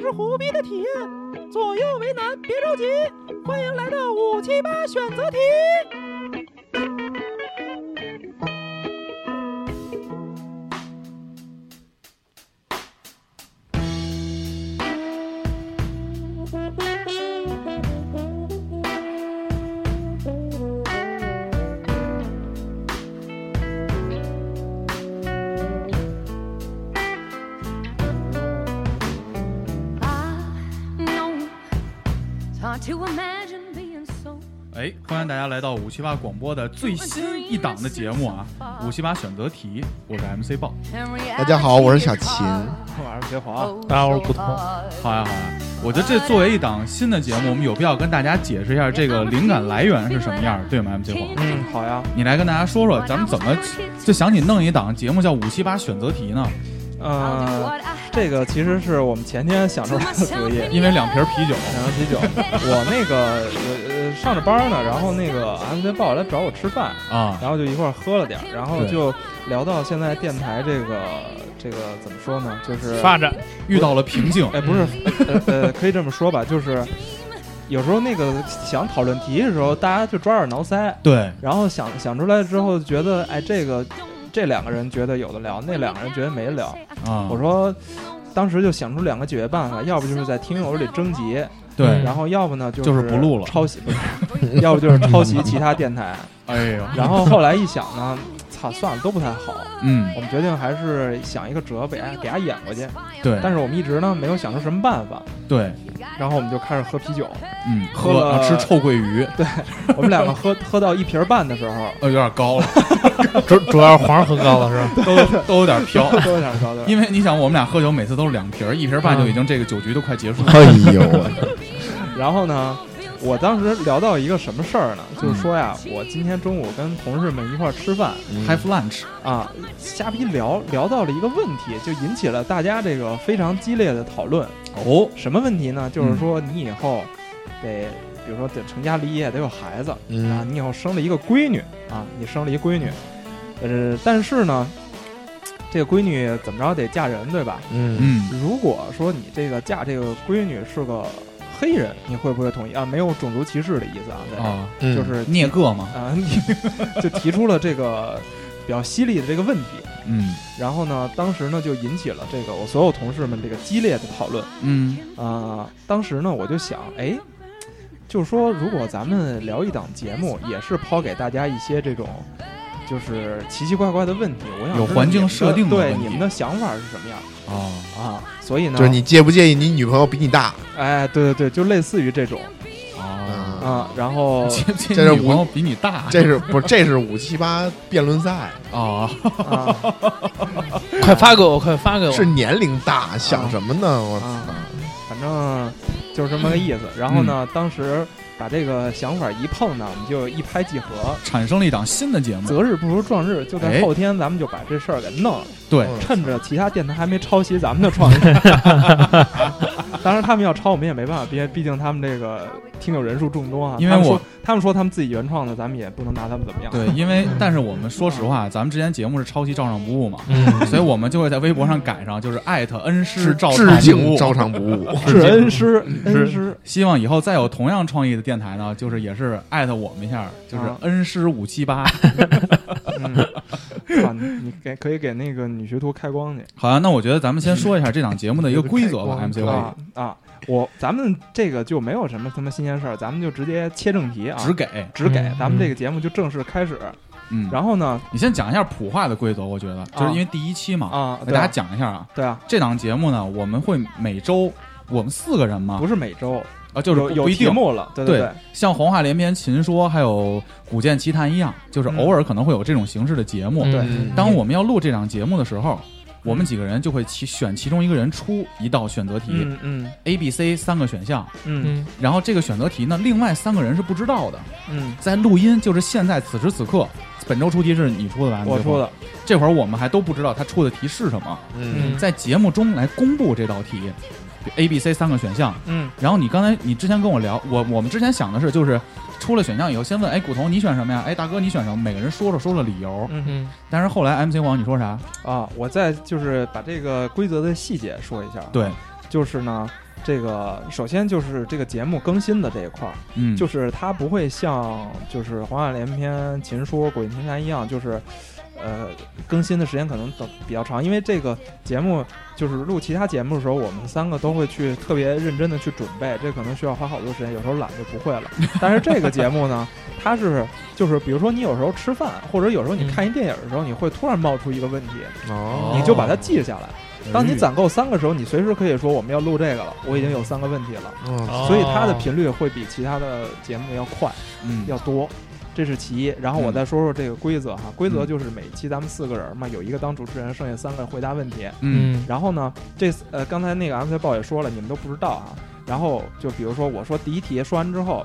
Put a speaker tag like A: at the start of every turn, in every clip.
A: 是胡逼的体验，左右为难，别着急。欢迎来到五七八选择题。
B: 哎，欢迎大家来到五七八广播的最新一档的节目啊！五七八选择题，我是 MC 豹。
C: 大家好，我是小秦。
D: 我是杰华。
E: 大家好，我是古潼。
B: 好呀好呀，我觉得这作为一档新的节目，我们有必要跟大家解释一下这个灵感来源是什么样，对吗？MC 豹，
D: 嗯，好呀。
B: 你来跟大家说说，咱们怎么就想起弄一档节目叫五七八选择题呢？
D: 呃，这个其实是我们前天想出来的主意，
B: 因为两瓶啤酒，
D: 两瓶啤酒，我那个呃上着班呢，然后那个 MC 豹来找我吃饭
B: 啊
D: 然后就一块儿喝了点儿，然后
B: 对
D: 就聊到现在电台这个这个怎么说呢，就是
E: 发展嗯
B: 遇到了瓶颈。
D: 哎，不是，呃呃，可以这么说吧，就是有时候那个想讨论题的时候，大家就抓耳挠腮，
B: 对，
D: 然后想想出来之后，觉得哎，这个这两个人觉得有的聊，那两个人觉得没得聊。
E: 嗯
B: 啊，
D: 我说，当时就想出两个解决办法，要不就是在听友里征集，
B: 对，
D: 嗯然后要不呢就
B: 就是不录了
D: 抄袭， 不是，要不就是抄袭其他电台。
B: 哎呦，
D: 然后后来一想呢，操，算了，都不太好。
B: 嗯，
D: 我们决定还是想一个辙，给大家给他演过去。
B: 对，
D: 但是我们一直呢没有想出什么办法，
B: 对，
D: 然后我们就开始喝啤酒。
B: 嗯，
D: 喝
B: 喝
D: 了
B: 吃臭鳜鱼，
D: 我们两 个喝喝到一瓶半的时候，
B: 呃，有点高了，
E: 主主要是皇上喝高了是吧？
B: 都都有点飘。
D: 都有点高的。
B: 因为你想，我们俩喝酒每次都是两瓶儿，一瓶儿半就已经这个酒局都快结束了。
C: 哎呦喂，
D: 然后呢，我当时聊到一个什么事儿呢？就是说呀，
B: 嗯
D: 我今天中午跟同事们一块儿吃饭
C: 嗯
B: Have lunch，
D: 啊，瞎逼聊聊到了一个问题，就引起了大家这个非常激烈的讨论。
B: 哦，
D: 什么问题呢？就是
C: 嗯
D: 说你以后得，比如说得成家立业，得有孩子啊，
C: 嗯，
D: 你以后生了一个闺女啊，你生了一闺女，呃，但是呢，这个闺女怎么着得嫁人对吧？
C: 嗯，
B: 嗯，
D: 如果说你这个嫁这个闺女是个黑人，你会不会同意啊？没有种族歧视的意思啊，在这儿
B: 啊，
C: 嗯
D: 就是
B: 聂个嘛，
D: 啊，你 就提出了这个比较犀利的这个问题。
B: 嗯
D: 然后呢，当时呢就引起了这个我所有同事们这个激烈的讨论
B: 嗯，
D: 啊、当时呢我就想，哎，就是说如果咱们聊一档节目，也是抛给大家一些这种就是奇奇怪怪的问题，我想
B: 有
D: 知道
B: 环境
D: 你们
B: 设定的
D: 对
B: 问题
D: 你们的想法是什么样
B: 哦，
D: 啊？所以呢，
C: 就是你介不介意你女朋友比你大？
D: 哎，对对对，就类似于这种
B: 哦，
C: 啊，
D: 啊。然 后
B: 这这
C: 这是
B: 女朋友比你大
C: 这是不是？这是五七八辩论赛，
B: 啊，
D: 啊
E: 快发给我，快发给我！
C: 是年龄大，想什么呢？我
D: 啊
C: 操！
D: 反正就是这么个意思。然后呢，当时把这个想法一碰呢，我们就一拍即合，
B: 产生了一档新的节目，
D: 择日不如撞日，就
B: 哎
D: 在后天咱们就把这事儿给 弄了，
B: 对，
D: 趁着其他电台还没抄袭咱们的创意。 当然，他们要抄我们也没办法，毕毕竟他们这个听友人数众多啊。
B: 因为
D: 他们说
B: 我
D: 他们说他们自己原创的，咱们也不能拿他们怎么样。
B: 对，因为但是我们说实话，咱们之前节目是抄袭照常不误嘛，
E: 嗯，
B: 所以我们就会在微博上改上，就是艾特恩师
C: 致
B: 照
D: 啊
C: 致
B: 常不
C: 敬
B: 误。
C: 照常不误。
D: 是恩师，恩
E: 是
D: 师，
B: 希望以后再有同样创意的电台呢，就是也是艾特我们一下，就是
D: 啊
B: 恩师五七八。
D: 嗯，啊，你你给可以给那个女学徒开光去。
B: 好呀，那我觉得咱们先说一下这档节目的一个规 则吧
C: 嗯
B: ，MC
C: 对
B: 王
D: 啊啊！我咱们这个就没有什么他妈新鲜事儿，咱们就直接切正题啊，
B: 只给，
D: 只给
E: 嗯
D: 咱们这个节目就正式开始。
B: 嗯，
D: 然后呢，
B: 你先讲一下普化的规则，我觉得就是因为第一期嘛，
D: 啊，
B: 给
D: 对
B: 大家
D: 啊
B: 讲一下啊。
D: 对啊，
B: 这档节目呢，我们会每周我们四个人嘛
D: 不，是每周，
B: 啊，就是
D: 有
B: 不
D: 有
B: 不一
D: 题
B: 定，
D: 目了，对
B: 对
D: 对，
B: 像《黄话连篇》《秦说》还有《古剑奇谭》一样，
D: 嗯
B: 就是偶尔可能会有这种形式的节目。
E: 对
C: 嗯
B: 当我们要录这档节目的时候，我们几个人就会其选其中一个人出一道选择题、
D: 嗯嗯
B: a B、C 三个选项，
D: 嗯
E: 嗯
B: 然后这个选择题呢，另外三个人是不知道的。
D: 嗯，
B: 在录音，就是现在此时此刻，本周出题是你出的吧？
D: 我出
B: 的。
D: 的，
B: 这会儿我们还都不知道他出的题是什么，
C: 嗯
B: 在节目中来公布这道题比，A、B、C 三个选项。
D: 嗯
B: 然后你刚才你之前跟我聊，我我们之前想的是，就是出了选项以后，先问，哎，古潼你选什么呀？哎，大哥你选什么？每个人说说说说理由。
D: 嗯
E: 嗯，
B: 但是后来 MC 王你说啥？
D: 啊，我再就是把这个规则的细节说一下，，
B: 对，
D: 就是呢，这个首先就是这个节目更新的这一块儿，
B: 嗯，
D: 就是它不会像就是《黄海连篇》《秦说》《鬼影天下》一样，就是呃更新的时间可能等比较长，因为这个节目就是录其他节目的时候，我们三个都会去特别认真的去准备，这可能需要花好多时间，有时候懒就不会了。但是这个节目呢，它是就是比如说你有时候吃饭，或者有时候你看一电影的时候，你会突然冒出一个问题，
E: 嗯
C: 哦，
D: 你就把它记下来。当你攒够三个时候，你随时可以说我们要录这个了，我已经有三个问题了。
E: 哦
C: 嗯
D: 所以它的频率会比其他的节目要快、
B: 嗯
D: 要多，这是其一。然后我再说说这个规则哈，规则就是每期咱们四个人嘛，有一个当主持人，剩下三个人回答问题。
B: 嗯
E: 嗯
D: 然后呢，这次呃刚才那个 MC 报也说了，你们都不知道啊。然后就比如说我说第一题说完之后，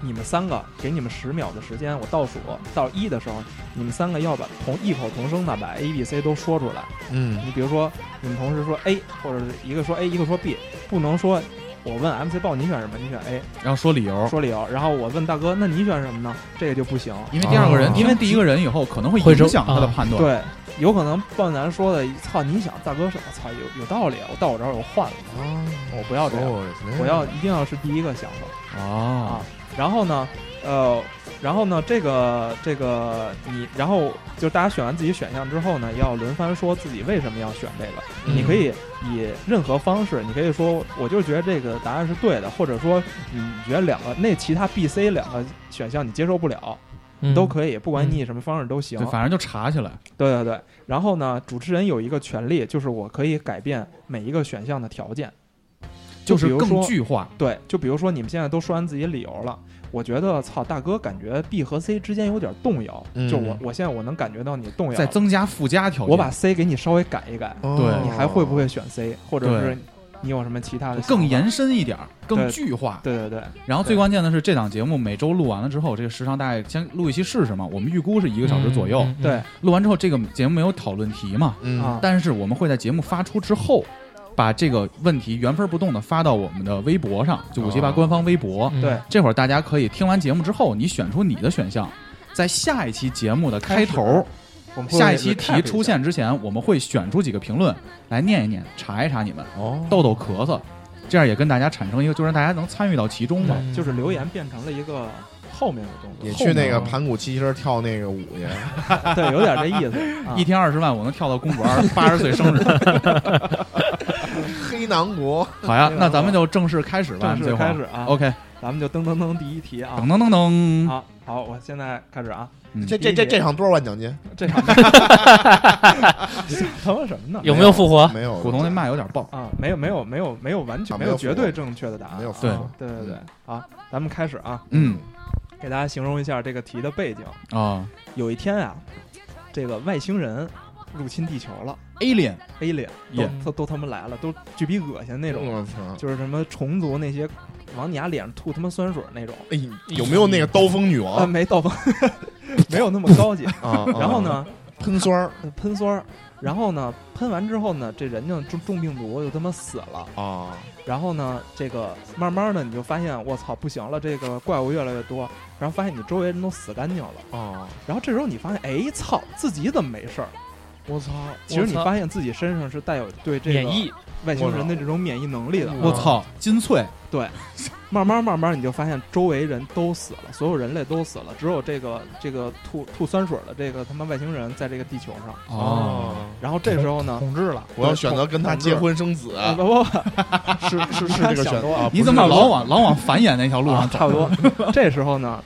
D: 你们三个给你们十秒的时间，我倒数到一的时候，你们三个要把同异口同声的把 A、B、C 都说出来。
C: 嗯
D: 你比如说，你们同时说 A，或者是一个说 A，一个说 B，不能说我问 MC 豹你选什么，你选 A，
B: 然后说理由，
D: 说理由，然后我问大哥那你选什么呢？这个就不行。
B: 因为第二个人，
C: 哦
B: 因为第一个人以后可能会
E: 会
B: 影
E: 说
B: 响他的判断。
D: 对，有可能豹男说的，操，你想大哥说，操，有有道理，啊我到我这儿我换了，
C: 哦
D: 我不要这样，我
C: 哎
D: 要一定要是第一个想的。
B: 哦，
D: 然后呢，呃，然后呢，这个这个你，然后就大家选完自己选项之后呢，要轮番说自己为什么要选这个。
E: 嗯
D: 你可以以任何方式，你可以说我就是觉得这个答案是对的，或者说你觉得两个那其他 B、C 两个选项你接受不了，
E: 嗯
D: 都可以，不管你以什么方式都行。
B: 对，反正就查起来。
D: 对对对。然后呢，主持人有一个权利，就是我可以改变每一个选项的条件。就
B: 就是
D: 比如
B: 更
D: 说
B: 具化。
D: 对，就比如说你们现在都说完自己理由了，我觉得操大哥感觉 B 和 C 之间有点动摇，
C: 嗯
D: 就我我现在我能感觉到你动摇，
B: 再增加附加条件，
D: 我把 C 给你稍微改一改，
C: 哦
B: 对
D: 你还会不会选 C，或者是你有什么其他的
B: 更
D: 想法？
B: 延伸一点嗯儿，更
D: 对
B: 具化。
D: 对对对，
B: 然后最关键的是，这档节目每周录完了之后，这个时长大概先录一期试试嘛。我们预估是一
E: 一
B: 个小时左
E: 嗯
B: 右。
D: 对，
B: 录完之后，这个节目没有讨论题嘛，
C: 嗯
D: 啊
B: 但是我们会在节目发出之后，把这个问题原封不动的发到我们的微博上，就五七八
C: 哦
B: 官方微博。
E: 嗯
D: 对
B: 这会儿大家可以听完节目之后，你选出你的选项，在下一期节目的开头，
D: 我们会
B: 下一期
D: recap
B: 题出
D: 一下，
B: 现之前，我们会选出几个评论来念一念，查一查你们。
C: 哦
B: 逗逗咳嗽，这样也跟大家产生一个，就让大家能参与到其中嘛。
E: 嗯
D: 就是留言变成了一个后面的动
C: 也
D: 作，
C: 去那个盘古七星跳那个舞 去，
D: 对，有点这 意思。啊
B: 一天二十万，我能跳到公主二八十岁生日。
C: 黑南国
B: 好呀，那咱们就正式开始吧。
D: 啊正式
B: 最后
D: 开始啊
B: OK，
D: 咱们就噔噔噔第一题啊
B: 噔噔噔噔，
D: 啊，好，我现在开始啊，
B: 嗯
C: 这这这这场多少万奖金？
D: 这场 他妈什么呢？
E: 有没有复活？
C: 没有，
B: 古潼那麦有点爆。
D: 啊，没有没有没有没有完全
C: 啊
D: 没
C: 没
D: 有
C: 有
D: 绝
C: 复活
D: 对正确的答案啊，
C: 没有复
B: 活
D: 啊对对对，好，咱们开始啊，
B: 嗯
D: 给大家形容一下这个题的背景。
B: 啊
D: 有一天啊，这个外星人入侵地球了
B: ，Alien，
D: ，alien 都
E: Yeah
D: 都都他妈来了，都巨逼恶
C: 哎
D: 心
E: 嗯
D: 那种，
C: 我操！
D: 就是什么虫族那些往你牙脸上吐他妈酸水那种，
C: 哎，有没有那个刀锋女
E: 哦
D: 啊，
C: 王
D: 没到吧， 没有那么高级。
C: 啊？
D: 嗯然后呢，
C: 喷酸儿
D: 呃喷酸儿，然后呢，喷完之后呢，这人就中中病毒就他妈死了。
C: 啊，
D: 然后呢，这个慢慢的你就发现，我操，不行了，这个怪物越来越多，然后发现你周围人都死干净了，
C: 哦，
D: 然后这时候你发现，哎，操，自己怎么没事儿？
C: 我操！
D: 其实你
E: 我操
D: 发现自己身上是带有对这
E: 免
D: 个
E: 疫，
D: 外星人的这种免疫能力的。
B: 我操，金翠，
D: 慢慢慢慢你就发现周围人都死了，所有人类都死了，只有这个这个吐吐酸水的这个他妈外星人在这个地球上。
B: 哦，，
D: 然后这时候呢，
E: 统治了，
C: 啊我要选择跟他结婚生子，
D: 啊不不不，是是是
C: 这个选择啊？啊
B: 你怎么老往老往繁衍那条路上走？
D: 啊差不多。这时候呢，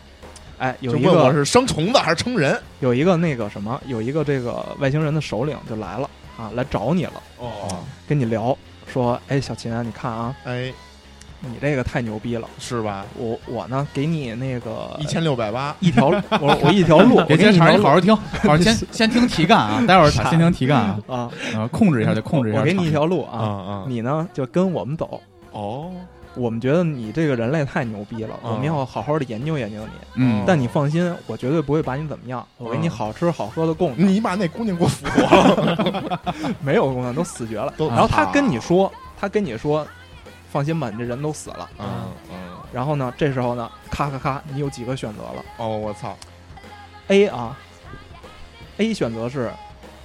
D: 哎，有
C: 就
D: 一
C: 问我
D: 个
C: 是生虫子还是生人？
D: 有一个那个什么，有一个这个外星人的首领就来了啊，来找你了，
C: 哦，
D: 跟你聊说，哎，小秦啊，你看啊，
C: 哎，
D: 你这个太牛逼了，
C: 是吧？
D: 我我呢给你那个
C: 一千六百八，
D: 一条，我我一条 路，
B: 别
D: 我
B: 接
D: 给你
B: 茬，
D: 一
B: 你好好 听，好好先先听题干啊，待会儿先听题干啊，
D: 条啊，
B: 呃，控制一下得控制一下。
D: 我给你一，条路
C: 啊
D: 啊，
C: 啊，
D: 你呢就跟我们走。
C: 哦，
D: 我们觉得你这个人类太牛逼了，
C: 嗯
B: 啊
D: 我们要好好的研究研究你。
B: 嗯，
D: 但你放心，我绝对不会把你怎么样，我给
B: 啊
D: 你
C: 嗯
D: 好吃好喝的供着。
C: 你把那姑娘给我俘获 了，
D: 没有姑娘都死绝了。
B: 啊
C: 都
D: 然后他跟
C: 啊
D: 你说，他跟你说，放心吧，你这人都死了。
C: 啊，嗯，
D: 然后呢，这时候呢，咔咔咔，你有几个选择了
C: 哦，我操，
D: ？A 啊，A 选择是，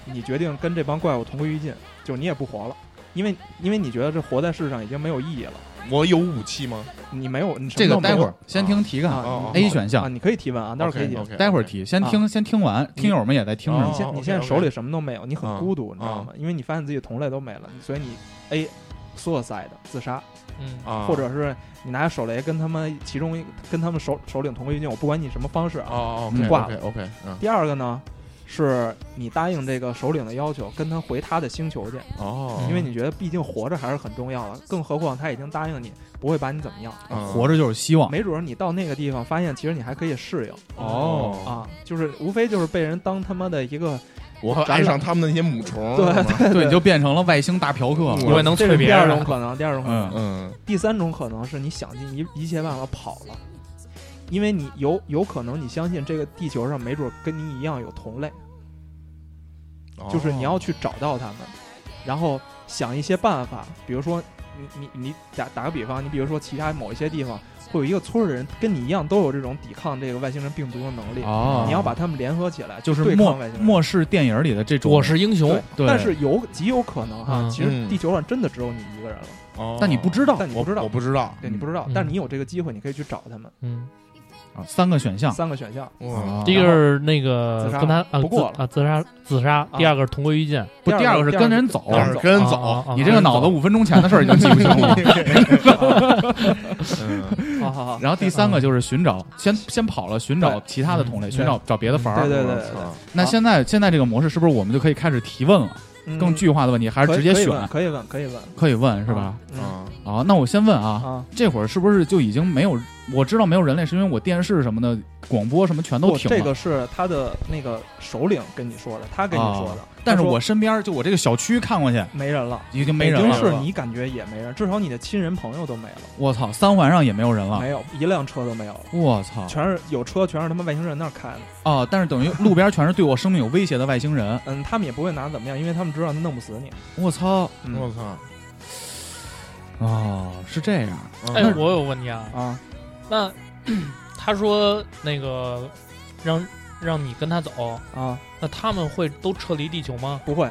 D: 你决定跟这帮怪物同归于尽，就你也不活了。因为因为你觉得这活在世上已经没有意义了，
C: 我有武器吗？
D: 你没有你什
B: 这
D: 么
B: 个
D: 都没
B: 待
D: 有
B: 会儿先听题干
D: 啊
C: 哦
D: 你
B: A 选
D: 啊，
B: 项，
D: 你可以提问啊，待会儿可以提问。嗯
C: OK，OK
B: 待会儿提，先听先听完，听友们也在听着
D: 你
B: 呢
C: 哦。
D: 现你现在
C: OK，OK
D: 手里什么都没有，你很
C: 啊
D: 孤独，你知道
C: 啊
D: 吗？因为你发现自己的同类都没了，所以你 A suicide 自杀，
E: 嗯，
C: 啊，
D: 或者是你拿手雷跟他们其中一跟他们首首领同归于尽，我不管你什么方式啊。
C: 哦
B: 嗯
C: ，OK
D: 挂
C: OK OK，嗯，
D: 第二个呢，是你答应这个首领的要求，跟他回他的星球去，
C: 哦，
D: 因为你觉得毕竟活着还是很重要的，更何况他已经答应你不会把你怎么
C: 嗯
D: 样，
C: 啊
B: 活着就是希望。
D: 没准儿你到那个地方发现其实你还可以适应
B: 哦，
C: 嗯
D: 啊，就是无非就是被人当他妈的一个
C: 我爱上他们的那些母虫，
D: 对
C: 是吗
B: 对，你就变成了外星大嫖客
C: 我
B: 了。
E: 我也能
D: 这
E: 催
D: 是
E: 别
D: 第二
E: 人啊了。
D: 种可能，第二种可能，
B: 嗯，
C: 嗯，
D: 第三种可能是你想尽一一切办法跑了，因为你有有可能你相信这个地球上没准跟你一样有同类，
C: 哦
D: 就是你要去找到他们，然后想一些办法，比如说你你你打打个比方，你比如说其他某一些地方会有一个村儿的人跟你一样都有这种抵抗这个外星人病毒的能力，
B: 哦
D: 你要把他们联合起来，
B: 就是
D: 对
B: 末
D: 抗外星人。
B: 末世电影里的这种，
E: 我是英雄
D: 对，，
B: 对
D: 但是有极有可能哈，
E: 嗯
D: 其实
C: 嗯
D: 地球上真的只有你一个人了，
C: 哦
B: 但你不知道
D: 但你
C: 我
D: 不知道
C: 我，不知道，
D: 对你不知道
E: 嗯，
D: 但是你有这个机会，你可以去找他们。
E: 嗯，
B: 啊三个选项。
D: 三个选项，
C: 哇，
E: 第一个是那个
B: 呃
D: 自杀
E: 跟他啊
D: 不过
E: 自啊自杀自杀，第二个是同归于尽，
B: 呃不，第
D: 第
B: 二
D: 二
B: 个
D: 个
B: 是跟人走。
D: 第二个
C: 跟人
E: 啊啊
C: 走，
E: 啊
B: 你这个脑子五分钟前的事儿已经记不清 了。
C: 嗯，
D: 好好好。
B: 然后第三个就是寻找，先先跑了，寻找其他的同类，
E: 嗯
B: 寻找找别的法
D: 对
B: 儿。
D: 对
C: 我
D: 对
C: 操
B: 那现在现在这个模式是不是我们就可以开始提问了？
D: 对，
B: 更具化的问题还是直接选？
D: 嗯可以问，可以问，可以
B: 可以问
D: 问
B: 是吧？？
D: 嗯
C: 啊，
B: 啊，那我先问啊，
D: 啊，
B: 这会儿是不是就已经没有？我知道没有人类，是因为我电视什么的、广播什么全都
D: 不，
B: 停
D: 这
B: 了。
D: 个是他的那个首领跟你说的，他跟你说的
B: 哦。但是
D: 他说
B: 我身边就我这个小区看过去
D: 没人了，
B: 已经没人
D: 北京
B: 了。
D: 市你感觉也没人，至少你的亲人朋友都没了，
B: 我操，三环上也没有人了。
D: 没有一辆车都没有了，
B: 我操
D: 全是有车，全是他妈外星人那儿开的。
B: 哦！但是等于路边全是对我生命有威胁的外星人。
D: 嗯，他们也不会拿怎么样，因为他们知道他弄不死你。
B: 我操！
D: 嗯
C: 我操，
B: 哦，是这样。
C: 嗯
E: 哎，我有问题啊，
D: 啊，
E: 那 他说那个让让你跟他走，
D: 啊，
E: 那他们会都撤离地球吗？
D: 不会，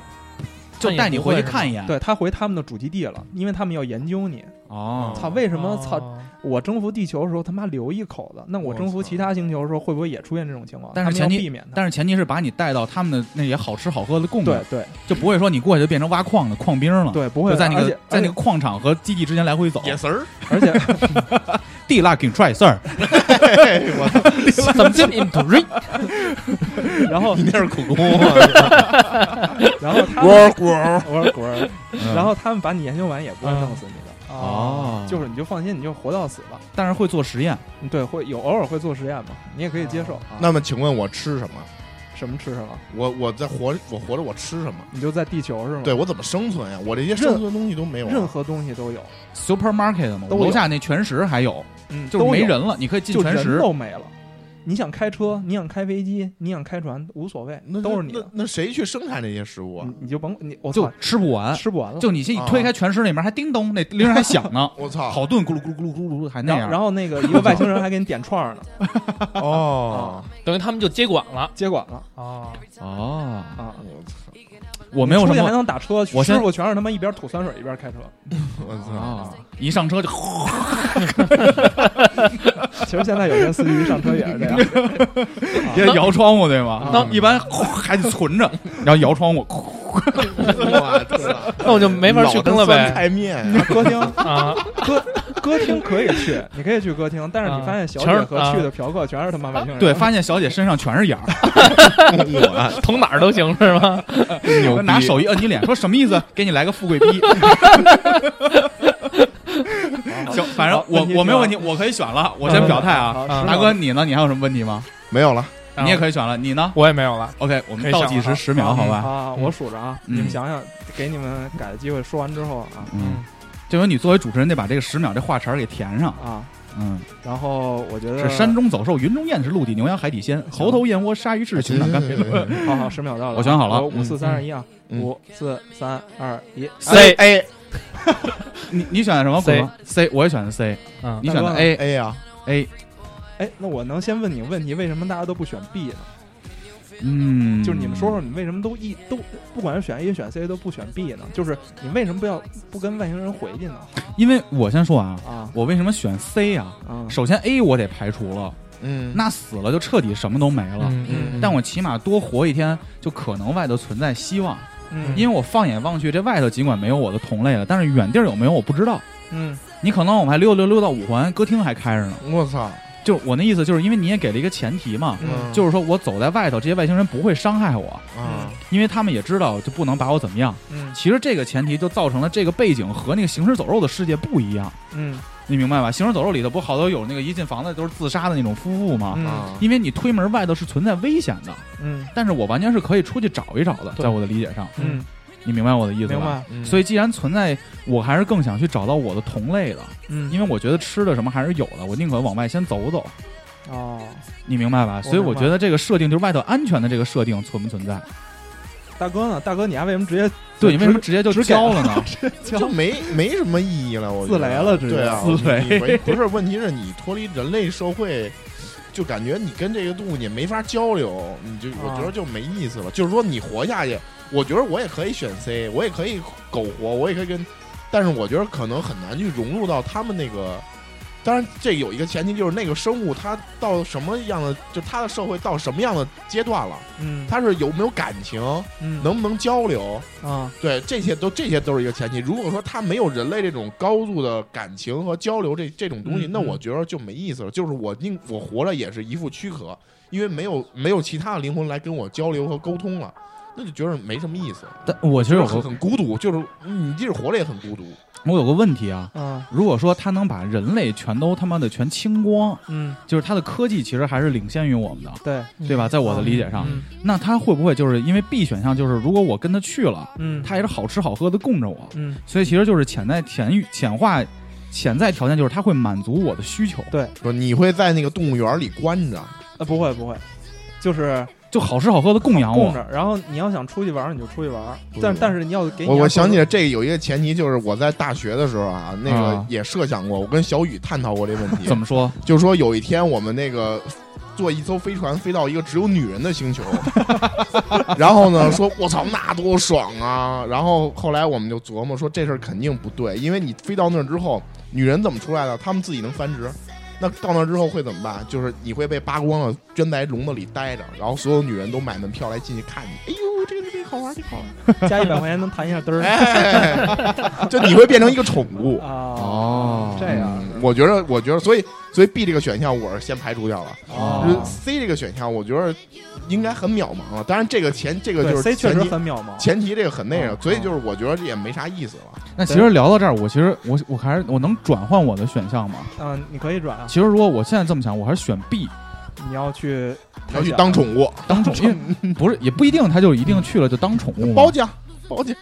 B: 就带你回去看
E: 一
B: 一眼。
D: 对他回他们的主基地了，因为他们要研究你。
B: 哦，
D: 操，为什么操我征服地球的时候他妈留一口子，那我征服其他星球的时候会不会也出现这种情况？
B: 但是
D: 他们
B: 前
D: 要
B: 提
D: 避免它。
B: 但是前提是把你带到他们的那些好吃好喝的供
D: 对
B: 的，
D: 对
B: 就不会说你过去就变成挖矿的矿兵了。，
D: 对，不会啊
B: 就在那
D: 而
B: 个
D: 且
B: 在那个矿场和基地之间来回走。
C: sir，
D: 而且而且
B: 地拉 can try sir。
E: ？Something in Korea，
D: 然后
C: 你那是苦工啊，
D: 然后 他们
C: 蝈蝈，
D: 我说滚儿，
B: 嗯
D: 然后他们把你研究完也不会弄死你的，
B: 哦，
D: 就是你就放心，你就活到死吧。
B: 但是会做实验。
D: 嗯对，会有偶尔会做实验嘛，你也可以接受啊。
C: 那么请问我吃什么？
D: 什么吃什么，
C: 我我在活我活着我吃什么？
D: 你就在地球是吗？
C: 对，我怎么生存呀？我这些生存的东西都没有啊，
D: 任何东西都有，
B: supermarket 吗？
D: 都有
B: 楼下那全食还有，
D: 嗯，
B: 就是
D: 都
B: 没
D: 有
B: 人了，你可以进
D: 就
B: 全
D: 人
B: 食。
D: 都没了。你想开车，你想开飞机，你想开船，无所谓
C: 那，
D: 都是你
C: 那
D: 的，嗯
C: 那谁去生产这些食物啊
D: 你？你就甭你我
B: 就
D: 操，
B: 吃不完，
D: 吃不完了。
B: 就你先一
C: 啊，
B: 推开全食那门，还叮咚，那铃儿还响 呢
C: 我操！
B: 好顿咕噜咕噜咕噜咕噜还那
D: 然后
B: 样。
D: 啊然后那个一个外星人还给你点串儿呢，
C: 哦，
E: 等于他们就接管了
D: 接管了
E: 啊！
B: 哦，
D: 啊。
C: 我操！
B: 我没有
D: 出
B: 什
D: 去还
B: 么
D: 能打车，
B: 我先
D: 师傅全是他妈一边吐酸水一边开车。
C: 我操！
B: 啊，一上车就
D: 其实现在有些司机上车也 是这样，
B: 也摇窗户对吗？
D: 那
B: 一般还得存 着，然后摇窗户。
C: 我操！
E: 那我就没法去跟了
C: 老的酸
E: 呗
C: 菜
B: 嗯
C: 面呀
D: 歌厅
E: 啊！
D: 歌歌厅可以去，你可以去歌厅，但是你发现小姐和去的嫖客全是他妈外星人。
B: 嗯啊对，发现小姐身上全是眼儿，
C: 我
E: 捅哪儿都行是吗？
C: 牛逼
B: 拿手一摁你脸，说什么意思？给你来个富贵 逼。
D: 啊
B: 行，反正
D: 好
B: 我
D: 问题
B: 我没有
D: 是吧
B: 问题，我可以选了，我先表态啊。
D: 好
E: 啊
B: 大哥，，你呢？你还有什么问题吗？
C: 没有了，
B: 你也可以选了，你 呢
E: 我也没有了，
B: ？OK，我们倒计时十秒，好
D: 啊，
B: 吧？
D: 好我数着啊，
B: 嗯
D: 你们想想，给你们改的机会，说完之后啊
B: 嗯，这回你作为主持人得把这个十秒这话茬儿给填上。
D: 啊，
B: 嗯，
D: 然后我觉得
B: 是山中走兽，云中雁，是陆地牛羊，海底鲜，猴头燕窝，鲨鱼翅，熊掌干贝
C: 行行
B: 论。
C: 行
D: 好好十秒到了，啊
B: 我选好了
D: 五四三二一啊，
C: 嗯
D: 五四三二一，
E: C
B: 哎
D: 哎
C: A
B: 你你选的什么
E: C
B: 古吗？C，我也选的 C。
E: 嗯
B: 你选的
D: 大哥
B: A
C: A 啊，
B: A，
D: 哎哎，那我能先问你个问题，为什么大家都不选 B 呢？
B: 嗯，
D: 就是你们说说，你为什么都一都不管是选 A 选 C 都不选 B 呢？就是你为什么不要不跟外星人回去呢？
B: 因为我先说啊，
D: 啊
B: 我为什么选 C 啊？
D: 啊，
B: 首先 A 我得排除了，
C: 嗯，
B: 那死了就彻底什么都没了。
E: 嗯嗯，
B: 但我起码多活一天，就可能外头存在希望。
D: 嗯
B: 因为我放眼望去，这外头尽管没有我的同类了，但是远地儿有没有我不知道。
D: 嗯
B: 你可能我们还溜溜溜到五环，歌厅还开着呢。
C: 我操，
B: 就我那意思，就是因为你也给了一个前提嘛，
C: 嗯
B: 就是说我走在外头，这些外星人不会伤害我，
C: 啊，
B: 因为他们也知道就不能把我怎么样。
D: 嗯
B: 其实这个前提就造成了这个背景和那个《行尸走肉》的世界不一样，
D: 嗯
B: 你明白吧？《行尸走肉》里头不是好多有那个一进房子都是自杀的那种夫妇吗？
C: 啊，
B: 因为你推门外头是存在危险的，
D: 嗯
B: 但是我完全是可以出去找一找的，
D: 对
B: 在我的理解上，
D: 嗯，
B: 你明白我的意思
D: 明
B: 吧？
D: 白，
B: 所
C: 以
B: 以既然存在，我还是更想去找到我的同类的，
D: 嗯，
B: 因为我觉得吃的什么还是有的，我宁可往外先走走，
D: 哦，
B: 你明白吧？所以我觉得这个设定就是外头安全的这个设定存不存在？
D: 大哥呢？大哥，你还为什么直接
B: 对，你为什么
D: 直
B: 直接就
D: 只给
B: 交了呢？
C: 就没没什么意义了，我
D: 自
C: 觉得
D: 雷了直接
C: 对啊，
B: 自雷
C: 你没不是问题是你脱离人类社会。就感觉你跟这个动物你没法交流，你就我
D: 啊
C: 觉得就没意思了。就是说你活下去，我觉得我也可以选 C，我也可以苟活，我也可以跟，但是我觉得可能很难去融入到他们那个。当然，这有一个前提就是那个生物它到什么样的，就它的社会到什么样的阶段了，
D: 嗯
C: 它是有没有感情，
D: 嗯
C: 能不能交流，
D: 啊
C: 对，这些都这些都是一个前提。如果说他没有人类这种高度的感情和交流这这种东西，
D: 嗯
C: 那
D: 嗯
C: 我觉得就没意思了。就是我宁我活着也是一副躯壳，因为没有没有其他的灵魂来跟我交流和沟通了，那就觉得没什么意思，
B: 但我其实有嗯
C: 很
B: 个
C: 很孤独。就是嗯你即使活着也很孤独。
B: 我有个问题啊，
D: 啊
B: 如果说他能把人类全都他妈的全清光，
D: 嗯，
B: 就是他的科技其实还是领先于我们的，
D: 对，
B: 对吧？在我的理解上，
D: 嗯
B: 那他会不会就是因为 B 选项就是如果我跟他去了，
D: 嗯，
B: 他也是好吃好喝的供着我，
D: 嗯
B: 所以其实就是潜在潜欲潜化潜在条件就是他会满足我的需求，
D: 对
C: 不，你会在那个动物园里关着，
D: 呃不会不会，就是
B: 就好吃好喝的供养
D: 供
B: 我。
D: 着，然后你要想出去玩儿你就出去玩儿
C: 不，
D: 但
C: 是
D: 但是你要给你
C: 我
D: 要
C: 我想
D: 做
C: 起来这个有一个前提，就是我在大学的时候啊，那个
B: 啊
C: 也设想过，我跟小雨探讨过这问题。
B: 怎么说？
C: 就说有一天我们那个坐一艘飞船飞到一个只有女人的星球， 然后呢说我操那多爽啊！然后后来我们就琢磨说这事儿肯定不对，因为你飞到那儿之后，女人怎么出来的？她们自己能繁殖。那到那儿之后会怎么办？就是你会被扒光了，圈在笼子里待着，然后所有女人都买门票来进去看你。哎呦，这个这个好玩，这个好玩！
D: 加一百块钱能弹一下嘚儿
C: 哎，就你会变成一个宠物。
D: 啊
B: 哦
D: 这样
C: 嗯我觉得，我觉得，所以，所以 B 这个选项我是先排除掉了。
B: 哦
C: 就是 C 这个选项，我觉得应该很渺茫啊了。当然，这个前这个
D: 对
C: 就是
D: C 确
C: 前
D: 实
C: 提
D: 很渺茫，
C: 前提这个很那个
D: 嗯，
C: 所以就是我觉得这也没啥意思了。
B: 那其实聊到这儿，我其实我我还是我能转换我的选项吗？
D: 嗯，你可以转啊，
B: 其实如果我现在这么想，我还是选 B
D: 你要去
C: 你要去
D: 探险
C: 当宠物，
B: 当宠物，不是也不一定，他就一定去了就当宠物嘛
C: 包。浆，包浆。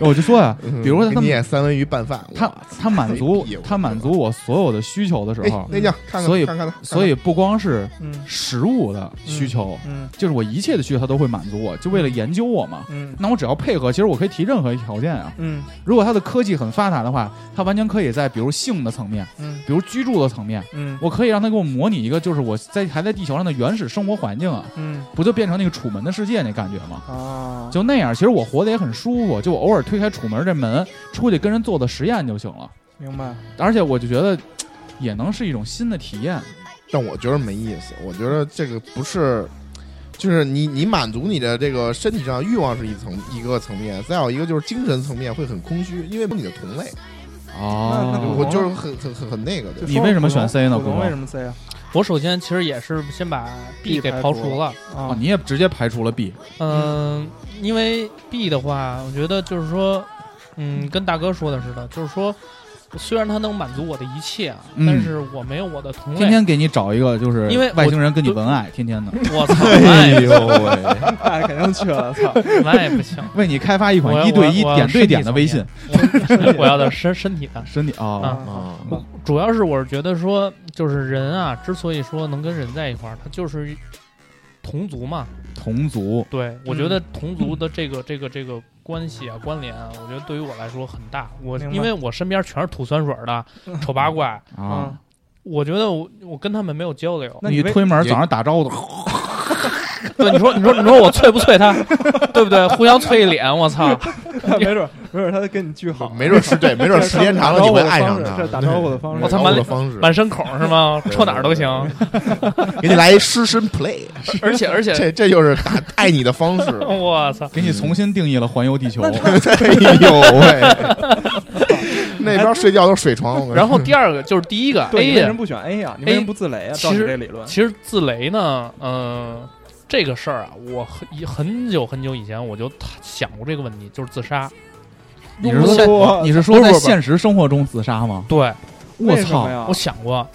B: 我就说呀、比如说他
C: 嗯你也三文鱼拌饭，
B: 他
C: 哇
B: 他满足
C: 太屁股了
B: 他满足我所有的需求的时
C: 哎
B: 候，
C: 那叫看看，
B: 所以
C: 看看他，看看
B: 所以不光是
D: 嗯
B: 食物的需求，
D: 嗯
B: 就是我一切的需求他都会满足我，就为了研究我嘛。
D: 嗯
B: 那我只要配合，其实我可以提任何条件啊。
D: 嗯
B: 如果它的科技很发达的话，它完全可以在比如性的层面，
D: 嗯
B: 比如居住的层面，
D: 嗯
B: 我可以让它给我模拟一个就是我在还在地球上的原始生活环境啊，
D: 嗯
B: 不就变成那个《楚门的世界》那感觉吗？
D: 啊，
B: 就那样，其实我活得也很舒服，就我偶尔推开楚门这门，出去跟人做做实验就行了。
D: 明白，
B: 而且我就觉得，嘖也能是一种新的体验。
C: 但我觉得没意思。我觉得这个不是，就是你你满足你的这个身体上欲望是一层一个层面，再有一个就是精神层面会很空虚，因为没有你的同类，
D: 那那就
C: 我
B: 哦，
C: 就是很很很很那个的
D: 就。
B: 你
D: 说
B: 为什么
D: 古龙
B: 选 C 呢
D: 古
B: 古
D: 龙
B: 龙
D: 为什么 C 啊？
E: 我首先其实也是先把 B 给刨除了，
B: 哦
D: 啊，
B: 你也直接排除了 B，
E: 嗯，因为 B 的话，我觉得就是说，嗯，跟大哥说的似的，就是说，虽然它能满足我的一切啊，
B: 嗯
E: 但是我没有我的同类。
B: 天天给你找一个就是
E: 因为我哎
B: 外星人跟你文爱，天天的
E: 我操，那也
C: 呦喂！
D: 那肯定去了，操，
E: 那也不 行，
B: 为你开发一
E: 我
B: 款
E: 要
B: 一对一
E: 我要
B: 点对点的微
E: 身
B: 信
E: 体， 我我要的身身体的。
B: 身体哦，
D: 啊
C: 啊，
E: 我主要是我是觉得说，就是人啊，之所以说能跟人在一块儿，他就是同族嘛。嗯
B: 同族
E: 对，我觉得同族的这个、这个这个关系啊、关联啊，我觉得对于我来说很大。我
D: 明白 嗯
E: 因为我身边全是吐酸水儿的、丑八怪，
B: 啊，
E: 我觉得我我跟他们没有交流。
D: 那
B: 你
D: 你为
B: 推门早上打招呼，
E: 嗯对，你说你说你说我啐不 啐他，对不对？互相啐一脸，我操！
D: 没准儿没准儿他跟你巨好，
C: 没准是对，没准时间长了你会爱上
D: 这
C: 他。啊
D: 是打招呼的方式
C: 对
E: 我操
C: 打
E: 满
C: 招呼的
E: 脸
C: 方式，
E: 满身孔是吗？
C: 对
E: 戳哪儿都行，
C: 给你来一失身 play，
E: 而且而且，。
C: 这这就是打爱你的方式
E: 我操！
B: 给你重新定义了环游地球。
C: 哎呦喂，那边睡觉都是水床，我跟你说
E: 然后第二个就是第一个
D: 对，你
E: A
D: 为什么
E: 呀，
D: 不选 A 呀？你为什么不自雷啊？照
E: 其
D: 你
E: 实
D: 这理论，
E: 其实自雷呢，嗯、这个事儿啊，我很很久很久以前我就想过这个问题，就是自杀。
B: 你是
E: 现
B: 说
D: 我
B: 你是说在
D: 不是不是
B: 现实生活中自杀吗？
E: 对，
B: 我
D: 为什
B: 操
D: 么！呀
E: 我想过，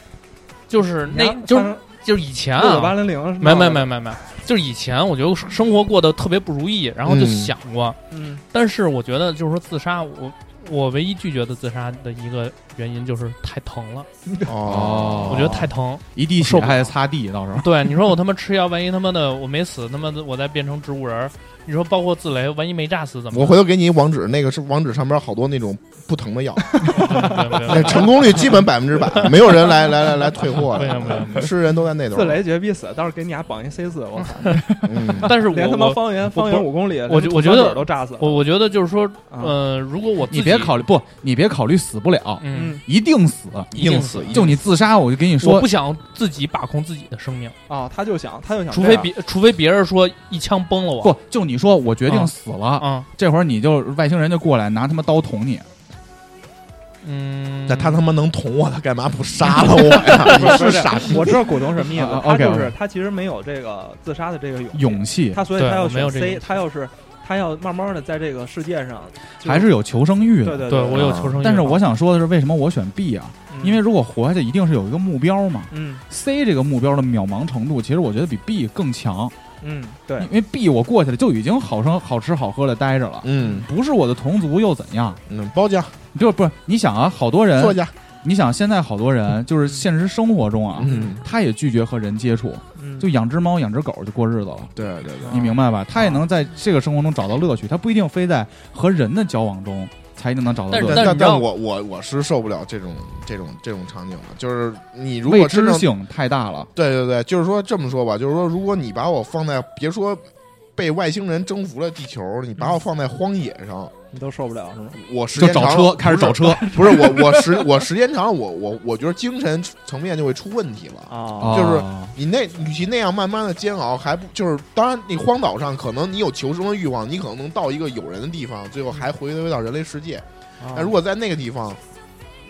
E: 就是
D: 你
E: 那
D: 还
E: 就是
D: 当
E: 就是以前
D: 六九
E: 啊
D: 八，零零，
E: 没没没，没没，就是以前我觉得生活过得特别不如意，然后就
C: 嗯
E: 想过，
D: 嗯，
E: 但是我觉得就是说自杀，我我唯一拒绝的自杀的一个原因就是太疼了，
C: 哦，
E: 我觉得太疼。
B: 一地
E: 受不
B: 血
E: 了
B: 还得擦地，到时 候
E: 对，你说我他妈吃药，万一他妈的我没死，他妈的我再变成植物人儿，你说包括自雷，万一没炸死怎么
C: 我
E: 办？
C: 回头给你网址，那个是网址上边好多那种不疼的药，
E: 对对
C: 那
E: 对
C: 成功率基本百分之百，没有人来来来来退货
E: 没有没有没
C: 的，吃人都在那头。
D: 自雷绝必死，到时候给你俩绑一 C 字，我操，
C: 嗯，
E: 但是
D: 连他
E: 我
D: 妈
E: 我
D: 方圆方圆五公里，
E: 我觉我觉得
D: 连土方嘴都炸死了，
E: 我我觉得就是说，
D: 啊
E: 呃，如果我自己
B: 你别，考虑不，你别考虑死不了，
E: 嗯，
D: 嗯
B: 一定死。
E: 一定死，
B: 就你自杀，我就跟你
E: 我
B: 说
E: 不，想自己把控自己的生命，
D: 啊，他就想他就想
E: 除
D: 这
E: 非
D: 样，
E: 别除非别人说一枪崩了我，
B: 不就你说我决定死了，
E: 啊，
B: 这会儿你就外星人就过来拿他妈刀捅你，
E: 嗯，
C: 那他他妈能捅我，他干嘛不杀了我 呀？
D: 不
C: 你
D: 是
C: 是
D: 不是
C: 傻逼
D: 我知道果冻什么意思
B: 啊，
D: 他就
B: OK，OK
D: 是他其实没有这个自杀的这个勇
B: 勇气
D: 他所以
E: 对
D: 他要
E: 我没有这
D: 选
E: 个
D: C，
E: 勇气
D: 他要是他要慢慢的在这个世界上，就是
B: 还是有求生欲
D: 对
B: 的。
D: 对
E: 对我有
C: 啊
E: 求生欲，
B: 但是我想说的是，为什么我选 B 啊？
D: 嗯
B: 因为如果活下去，一定是有一个目标嘛。
D: 嗯
B: C 这个目标的渺茫程度，其实我觉得比 B 更强，
D: 嗯对
B: 因为 B 我过去了就已经好生好吃好喝的待着了，
C: 嗯
B: 不是我的同族又怎样？
C: 嗯，包浆
B: 就不是你想啊，好多人
C: 作，家，
B: 你想现在好多人就是现实生活中啊，
C: 嗯，
B: 他也拒绝和人接触，
D: 嗯
B: 就养只猫养只狗就过日子了。
C: 对对对，
B: 你明白吧？他也能在这个生活中找到乐趣，他不一定非在和人的交往中才一定能找到
E: 但是
B: 乐
C: 但
B: 趣。
E: 你知道
C: 但我我我是受不了这种这种这种场景了，就是你如
B: 未
C: 果真
B: 知
C: 正
B: 性太大了，
C: 对对对，就是说这么说吧，就是说，如果你把我放在别说被外星人征服了地球，你把我放在荒野上，
D: 你都受不了是吗？
C: 我时
B: 就
C: 间长
B: 找
C: 了
B: 车，开始找，车。
C: 不是不是我我时我时间长了，我我我觉得精神层面就会出问题了。
D: 啊
B: 哦
C: 就是你那与其那样慢慢的煎熬，还不就是当然，你荒岛上可能你有求生的欲望，你可能能到一个有人的地方，最后还回归到人类世界。
D: 啊
C: 但如果在那个地方，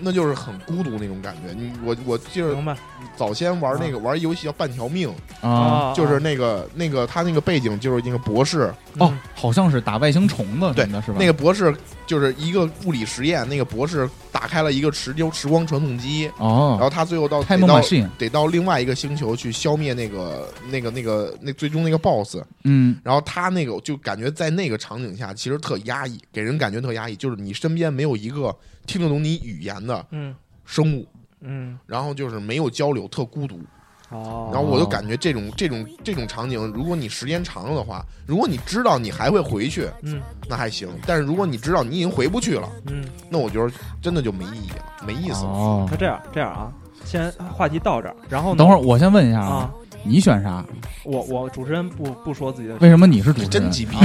C: 那就是很孤独那种感觉。你我我记得
D: 哦明白
C: 早先玩那个玩游戏叫半条命，
B: 啊，
D: 哦
C: 就是那个那个他那个背景就是那个博士，
B: 哦，好像是打外星虫子
C: 对
B: 什么的，是吧？
C: 那个博士就是一个物理实验，那个博士打开了一个时丢时光传送机，然
B: 哦
C: 后他最后到得
B: ，Time
C: 到
B: Machine，
C: 得到另外一个星球去消灭那个那个那个那最终那个 BOSS，
B: 嗯，
C: 然后他那个就感觉在那个场景下其实特压抑，给人感觉特压抑，就是你身边没有一个听得懂你语言的
D: 嗯
C: 生物。
D: 嗯
C: 然后就是没有交流，特孤独。
D: 哦
C: 然后我就感觉这种这种这种场景，如果你时间长了的话，如果你知道你还会回去，
D: 嗯
C: 那还行。但是如果你知道你已经回不去了，
D: 嗯，
C: 那我觉得真的就没意义了，没意思了。
B: 哦
D: 那，这样这样啊，先话题到这儿，然后呢
B: 等会儿我先问一下
D: 啊，，
B: 你选啥？
D: 我我主持人不不说自己的，
B: 为什么你是主
C: 你
B: 持人
C: 真鸡逼！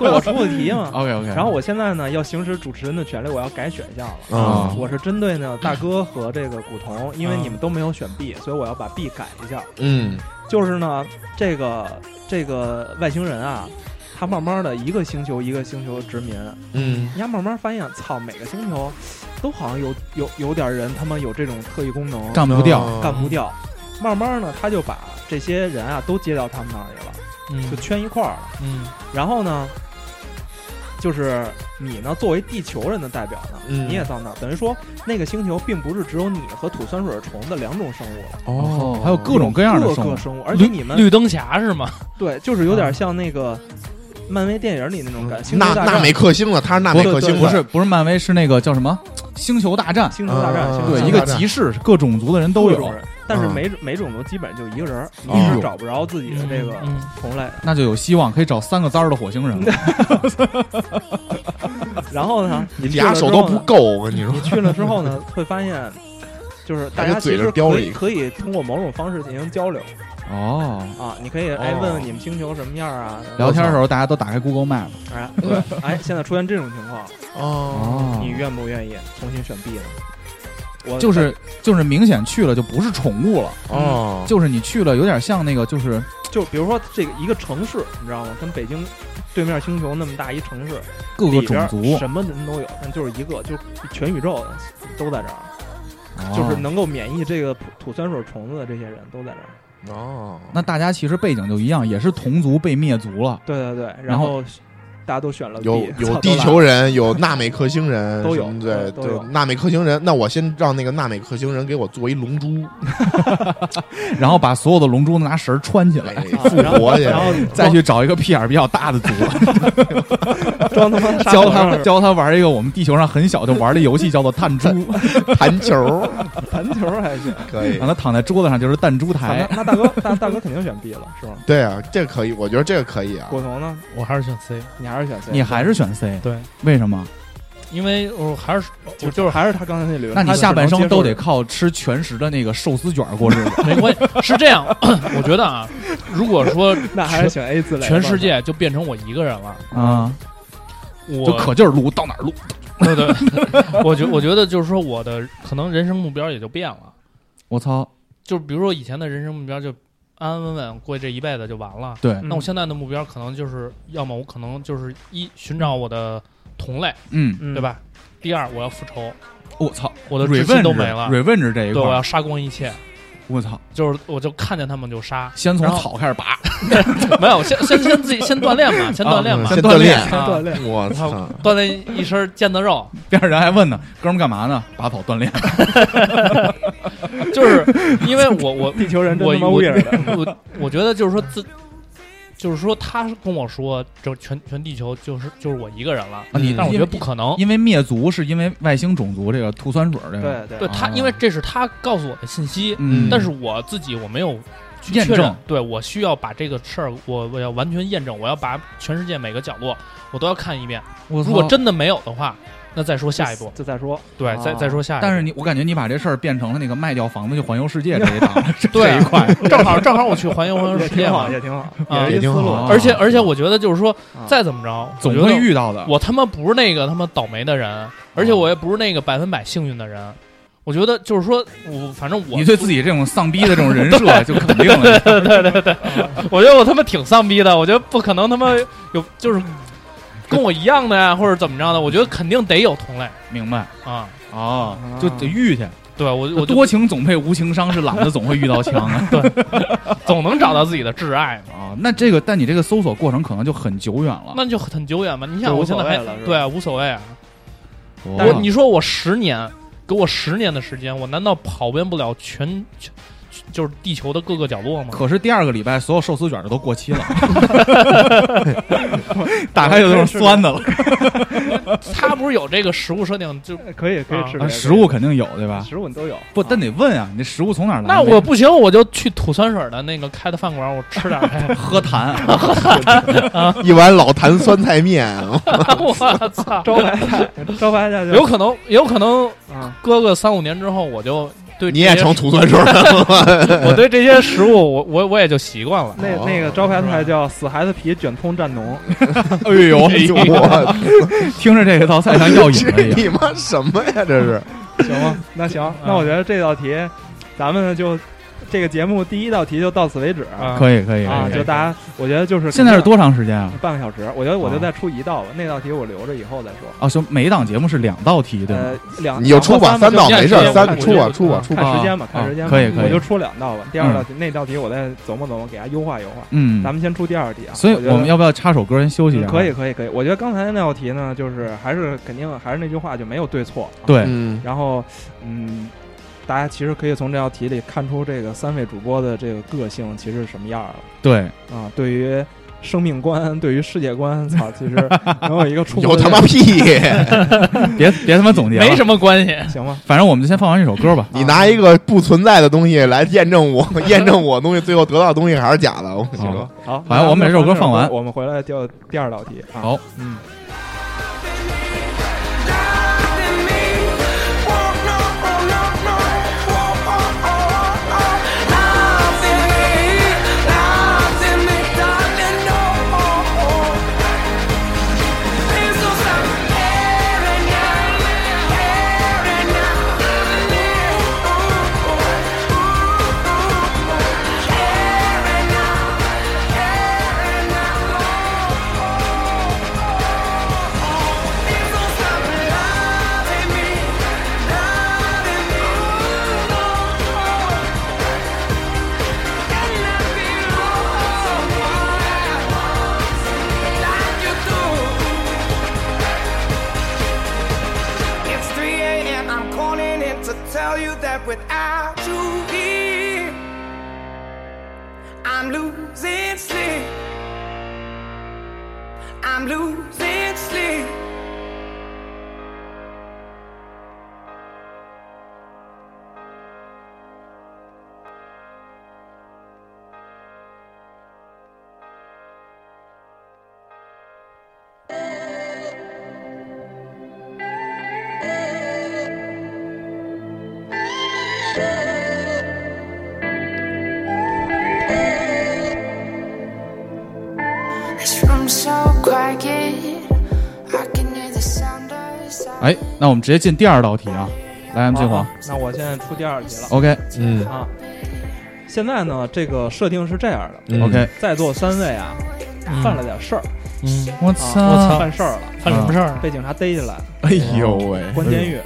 D: 我出的题嘛。
B: ？OK OK。
D: 然后我现在呢要行使主持人的权利，我要改选项了。
B: 啊嗯
D: 我是针对呢大哥和这个古潼，因为你们都没有选 B，所以我要把 B 改一下。
C: 嗯
D: 就是呢，这个这个外星人啊，他慢慢的一个星球一个星球殖民，
C: 嗯，
D: 你看慢慢发现，操，每个星球都好像有有有点人他妈有这种特异功能，
B: 干不掉，
D: 干不掉。慢慢呢，他就把这些人啊都接到他们那里了，
E: 嗯
D: 就圈一块儿了。
E: 嗯
D: 然后呢，就是你呢，作为地球人的代表呢，
C: 嗯
D: 你也到那儿，等于说那个星球并不是只有你和土酸水虫的两种生物了，
B: 哦还有各种各样的
D: 哦各
B: 生物
D: 个，生物，而且你们
E: 绿灯侠是吗？
D: 对，就是有点像那个漫威电影里那种感觉，星
C: 纳
D: 球大
C: 纳
D: 战
C: 美，克星了，他是纳美克星了，
D: 对
B: 不是不是漫威，是那个叫什么《星球大战》？
D: 星球大战，
C: 嗯
D: 星球
B: 对，
D: 大
B: 一
D: 战
B: 个集市，各种族的人都
D: 各种
B: 有，
D: 人，但是
C: 嗯
D: 每每种都基本就一个人儿，
C: 哦
D: 你是找不着自己的这个
E: 嗯嗯
D: 同类。
B: 那就有希望，可以找三个簪儿的火星人了。
D: 然后呢，
C: 你
D: 去了
C: 俩
D: 之
C: 手都
D: 后
C: 不
D: 呢
C: 够，我跟你说
D: 你。去了之后呢，会发现，就是
C: 感
D: 大
C: 觉
D: 家
C: 嘴
D: 其
C: 上
D: 实
C: 叼
D: 可
C: 着一
D: 以
C: 个
D: 可以通过某种方式进行交流
B: 哦，
D: 啊，你可以哎
C: 哦
D: 问问你们星球什么样啊，
B: 聊天的时候大家都打开 Google Map，
D: 哎对，哎现在出现这种情况，
C: 哦
B: 哦
D: 你愿不愿意重新选 B 呢？我
B: 就是就是明显去了就不是宠物了，
C: 哦，
B: 就是你去了有点像那个就是
D: 就比如说这个一个城市，你知道吗？跟北京对面星球那么大一城市，
B: 各个
D: 里
B: 种
D: 边
B: 族，哦
D: 什么人都有，但就是一个，就是全宇宙都在这儿，
B: 哦
D: 就是能够免疫这个土土酸水虫子的这些人都在这儿。
C: 哦，
B: 那大家其实背景就一样，也是同族被灭族了。
D: 对对对，
B: 然
D: 然
B: 后
D: 后大家都选了 B，
C: 有
D: 操
C: 有
D: 都
C: 地
D: 来
C: 球人，有纳美克星人，
D: 都有
C: 什么对
D: 都都有
C: 对，纳美克星人。那我先让那个纳美克星人给我做一龙 珠，
B: 然后把所有的龙珠拿绳儿穿起来，
C: 哎
D: 啊
C: 复
D: 然后
C: 活去。
D: 然后
B: 再去找一个屁眼儿比较大 的族，
D: 装装他妈杀
B: 教
D: 手
B: 他
D: 上
B: 教他玩一个我们地球上很小就玩的游戏，叫做弹珠，
C: 弹球，
D: 弹球还行。
C: 可以
B: 让。他躺在桌子上就是弹珠
D: 啊
B: 台。
D: 那那大哥大大哥肯定选 B 了，是吗？
C: 对啊，这个可以，我觉得这个可以啊。
D: 果彤呢？
E: 我还是选 C，
D: 你还是选 C？
B: 你还是选 C，
E: 对，
B: 为什么？
E: 因为我还是我就
D: 就
E: 是
D: 就是还是他刚才那理论？
B: 那你
D: 他
B: 下半生都得
D: 只能接
B: 靠吃全食的那个寿司卷儿过日子。
E: 没关系，是这样， 我觉得啊，如果说
D: 受，那还是选 A 字类。
E: 全世界就变成我一个人了，
B: 啊，
E: 我
B: 就 可劲儿撸，到哪儿撸。
E: 对对，我觉我觉得就是说我的可能人生目标也就变了，
B: 我操，
E: 就是比如说以前的人生目标就安安稳稳过这一辈子就完了，
D: 嗯
B: 对，
E: 那我现在的目标可能就是要么我可能就是一寻找我的同类，
B: 嗯，
D: 嗯，
E: 对？吧？第二我要复仇，
B: 我操，
E: 我的志气
B: revenge
E: 都没了，
B: revenge 这一
E: 对，啊
B: 块
E: 我要
B: 儿，
E: 杀光一切，
B: 我操，，
E: 就是我就看见他们就杀
B: 先从
E: 然后
B: 草开始拔，
E: 没有先先先自己先锻炼嘛，先锻炼
C: 嗯
E: 嘛，
C: 先
B: 锻
C: 锻
B: 炼
C: 炼，
E: 啊
D: 锻炼。
C: 我
E: 然后
C: 操！
E: 锻炼一身腱子肉，
B: 边上人还问呢，哥们儿干嘛呢？拔草锻
E: 啊
B: 炼。
E: 就是因为我我
D: 地球人真
E: 我
D: 他妈
E: 我
D: 无影儿的。
E: 我我觉得就是说自，就是说他跟我说，这全全地球就是就是我一个人了，
B: 啊你
E: 但我
B: 因
E: 觉得
B: 为
E: 不可能。
B: 因为灭族是因为外星种族这个吐酸水儿这个，
D: 对对
E: 对他，
B: 啊
E: 因为这是他告诉我的信息，
B: 嗯，
E: 但是我自己我没有去
B: 验
E: 确
B: 证
E: 认，对我需要把这个事儿，我我要完全验证，我要把全世界每个角落我都要看一遍。
B: 我
E: 如果
B: 操
E: 真的没有的话，那再说下一步，
D: 就再说，
E: 对，再
D: 啊
E: 再说下一步。
B: 但是你，我感觉你把这事儿变成了那个卖掉房子去环游世界这一 档这
E: 对
B: 这一块，
E: 正好正好我去环游环游
D: 也
E: 世 界
D: 挺
E: 嘛
D: 好，，也挺好，
E: 啊
D: 是一
C: 也挺
D: 思
C: 好
D: 路
B: 啊。
E: 而且而且我觉得就是说，
D: 啊
E: 再怎么着，
B: 总
E: 我觉
B: 会
E: 得
B: 遇到的。
E: 我他妈不是那个他妈倒霉的人，
D: 啊
E: 而且我也不是那个百分百幸运的人。我觉得就是说，我反正我
B: 你对自己这种丧逼的这 种人设就肯定了，
E: 我觉得我他妈挺丧逼的，我觉得不可能他妈有就是跟我一样的 呀，或者怎么着的，我觉得肯定得有同类
B: 明白？
E: 啊。
B: 哦
D: 啊
B: 就得遇去。
E: 对我我就
B: 多情总配无情伤，是懒的总会遇 到枪啊。
E: 总能找到自己的挚爱嘛，
B: 啊，那这个，但你这个搜索过程可能就很久远了。
E: 那就很久远嘛。你
D: 啊就
E: 想
D: 无
E: 我现在还
D: 所谓了是吧
E: 对啊，无所谓啊。
B: 哇
D: 但
E: 我你说我十年，给我十年的时间，我难道跑遍不了全全就是地球的各个角落吗？
B: 可是第二个礼拜，所有寿司卷儿都过期 了， 打开有那种酸的了。
E: 他不是有这个食物设定就
D: 可以可以吃别
B: 啊
D: 的
B: 食物肯定有，对吧？
D: 食物你都有，
B: 不，
D: 啊
B: 但得问啊，你这食物从哪儿来？
E: 那我不行，我就去土酸水的那个开的饭馆，我吃点 呗。
B: 喝痰，
E: 啊
C: 一碗老坛酸菜 面，
E: 我操！
D: 招牌菜，招牌菜就
E: 有可能，有可能，
D: 啊，
E: 搁个三五年之后，我就对
C: 你也
E: 这些
C: 成土酸水 了吗？
E: 我对这些食物，我我我也就习惯 了。
D: 那
C: 哦
D: 那个招牌菜叫死孩子皮卷通蘸 浓，
B: 哎 呦，
C: 我
B: 听着这个道菜像药引了一样。
C: 这 你妈什么呀？这是
D: 行吗？那行，
B: 嗯
D: 那我觉得这道题，咱们就这个节目第一道题就到此为止
E: 啊
B: 可以可以
D: 啊，
B: 嗯可以
D: 就大家，我觉得就是
B: 现在是多长时间啊？
D: 半个小时，我觉得我就
B: 啊
D: 再出一道吧，那道题我留着以后再说。
B: 啊，就每一档节目是两道题，对吗？
D: 呃，两
C: 你就出吧，
D: 三
C: 三道没事儿，
E: 两道
C: 三
E: 我
C: 出
E: 觉
C: 吧，
E: 得
C: 出吧，出吧。
D: 看时间
B: 啊
D: 吧，看时间吧，
B: 可以可以
D: 我就出两道吧。
C: 嗯
D: 第二道题那道题我再琢磨琢磨，给它优化优化。
B: 嗯
D: 咱，们先出第二题啊，
B: 所以
D: 我觉得
B: 我们要不要插首歌先休息一
D: 嗯
B: 下？啊
D: 可以，可以可以，我觉得刚才那道题呢，就是还是肯定还是那句话，就没有对错。，
B: 对，
C: 嗯，
D: 然后嗯，大家其实可以从这道题里看出这个三位主播的这个个性其实是什么样儿
B: 对，
D: 了啊，对于。生命观对于世界观，操，其实能有一个初 步
C: 有
D: 的
C: 他妈 屁！
B: 别别他妈总结了，
E: 没什么关系，
D: 行吧？
B: 反正我们就先放完这首歌吧。
C: 你拿一个不存在的东西来验证我， 验证我东西，最后得到的东西还是假的。我跟你
B: 好
C: 说，
D: 好，
B: 好呀我们把这首歌放完
D: 我们回来调第二道题啊。
B: 好，
D: 嗯，
F: Whoa, no, oh, no, no, whoa. life without you here. I'm losing sleep. I'm losing sleep.
G: This room's so quiet. I can hear the sound of silence.
B: 哎，那我们直接进第二道题啊，来 MC 黄
D: 啊那我现在出第二题了。
B: ，OK
H: 嗯
D: 啊，现在呢，这个设定是这样的，
H: 嗯
B: OK，
D: 在座三位啊，犯了点事儿
E: 嗯，
B: 我
D: 啊，
B: 操，
D: 犯事儿了，
E: 犯什么事儿？
D: 被警察逮起来，
C: 哎呦喂，
D: 关监狱，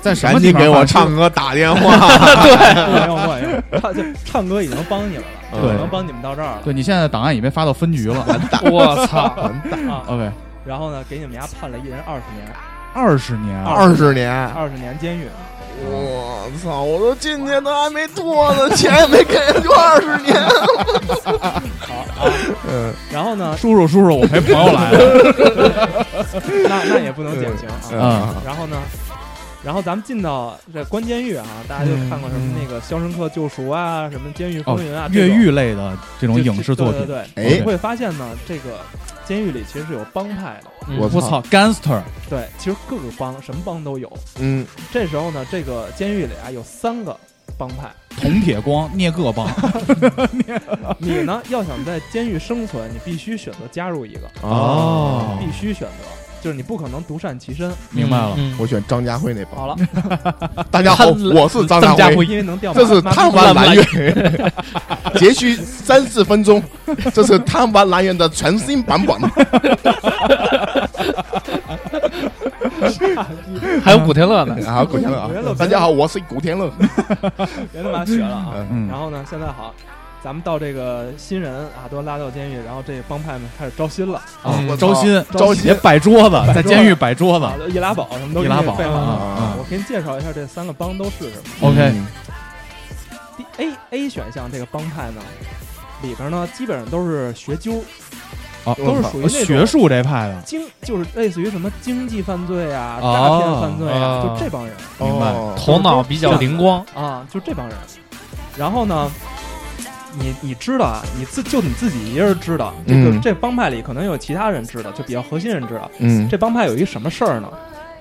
C: 在
B: 什么
C: 赶
B: 地
C: 紧
B: 方
C: 给我
B: 办事
C: 唱歌打电话。
D: 没有没有，唱就唱歌已经帮你们了，
B: 嗯对
D: 已经帮你们到这儿了，
B: 对你现在的档案已被发到分局 了
E: 我操！
D: 啊，
B: ，OK，
D: 然后呢，给你们家判了一人二十年，
B: 二十年啊，
C: 二十年，
D: 二十年监狱，
C: 我操！我都进去都还没脱呢，钱也没给，就二十年。
D: 然后呢，
B: 叔叔叔叔，我陪朋友来 了，
D: 那那也不能减刑啊，
B: 嗯
D: 然后呢。然后咱们进到这关监狱啊，大家就看过什么那个《肖申克救赎》啊，什么《监狱风云》啊，这
B: 越
D: 种
B: 狱类的这种
D: 就
B: 影视作品
D: 对，对对，
C: 哎
D: 你会发现呢，这个监狱里其实是有帮派的，
E: 嗯
C: 我
B: 我操，gangster，
D: 对，其实各个帮什么帮都有。
C: 嗯，
D: 这时候呢，这个监狱里啊有三个帮派，
B: 铜铁光，聂各帮，
D: 你呢要想在监狱生存，你必须选择加入一个，
B: 哦
D: 必须选择，就是你不可能独善其身。
B: 明白了，
E: 嗯
C: 我选张家辉那帮。
D: 好了，
C: 大家好，
E: 贪
C: 我是张
E: 张家
C: 家
E: 辉
C: 辉。
D: 因为能掉马，
C: 这是
D: 马
C: 贪玩蓝月，截需三四分钟。这是贪玩蓝月的全新版本。
E: 还有古天乐呢。
C: 啊，古天乐
D: 古天乐
C: 啊！大家好，我是古天乐。
D: 别他妈学了啊。
B: 嗯
D: 然，后呢，现在好，咱们到这个新人啊都拉到监狱，然后这帮派们开始招新了，
B: 啊
E: 嗯
C: 我操
B: 招新，
C: 招新
B: 别摆桌子，在
D: 桌子
B: 监狱摆桌
D: 啊
B: 子
D: 易拉宝什么都
B: 易拉宝
D: 给你废话了
B: 啊
D: 我给你介绍一下这三个帮都是什么。
C: 嗯
B: ，OK，
D: 第 A A 选项这个帮派呢，里边呢基本上都是学究，
B: 啊，
D: 都是属于那种
B: 学术这派的，
D: 经就是类似于什么经济犯罪啊、
B: 哦
D: 诈骗犯罪啊，
E: 哦
D: 就这帮人
B: 明白
C: 哦
E: 头脑比较灵光，
D: 啊，就这帮人。然后呢，你你知道啊，你自就你自己一个人知道，这个、
C: 嗯
D: 这帮派里可能有其他人知道，就比较核心人知道。
C: 嗯
D: 这帮派有一什么事儿呢？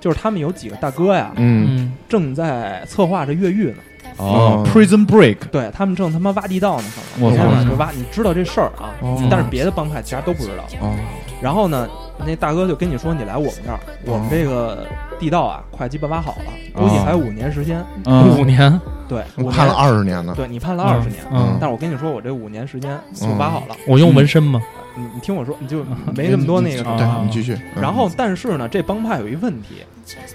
D: 就是他们有几个大哥呀，
C: 嗯
E: 嗯，
D: 正在策划着越狱呢。
B: 哦
C: 哦
B: ，Prison Break，
D: 对他们正他妈挖地道呢，可
B: 我
D: 能
B: 操
D: 天晚上就挖。你知道这事儿啊，
B: 哦
D: 但是别的帮派其他都不知道。
C: 哦
B: 嗯
D: 然后呢，那大哥就跟你说，你来我们这儿，我们这个地道啊，快鸡巴挖好了，估计还有五年时间。
B: 嗯
E: 五年，
D: 对，
C: 我
D: 五
C: 判了
D: 年，
C: 二十年呢。
D: 对你判了二十年。
E: 嗯，
D: 但是我跟你说，我这五年时间我挖好了，
E: 我用纹身嘛，
D: 你你听我说，你就没那么多那个。
B: 嗯
D: 对
C: 对你继续。嗯
D: 然后，但是呢，这帮派有一问题，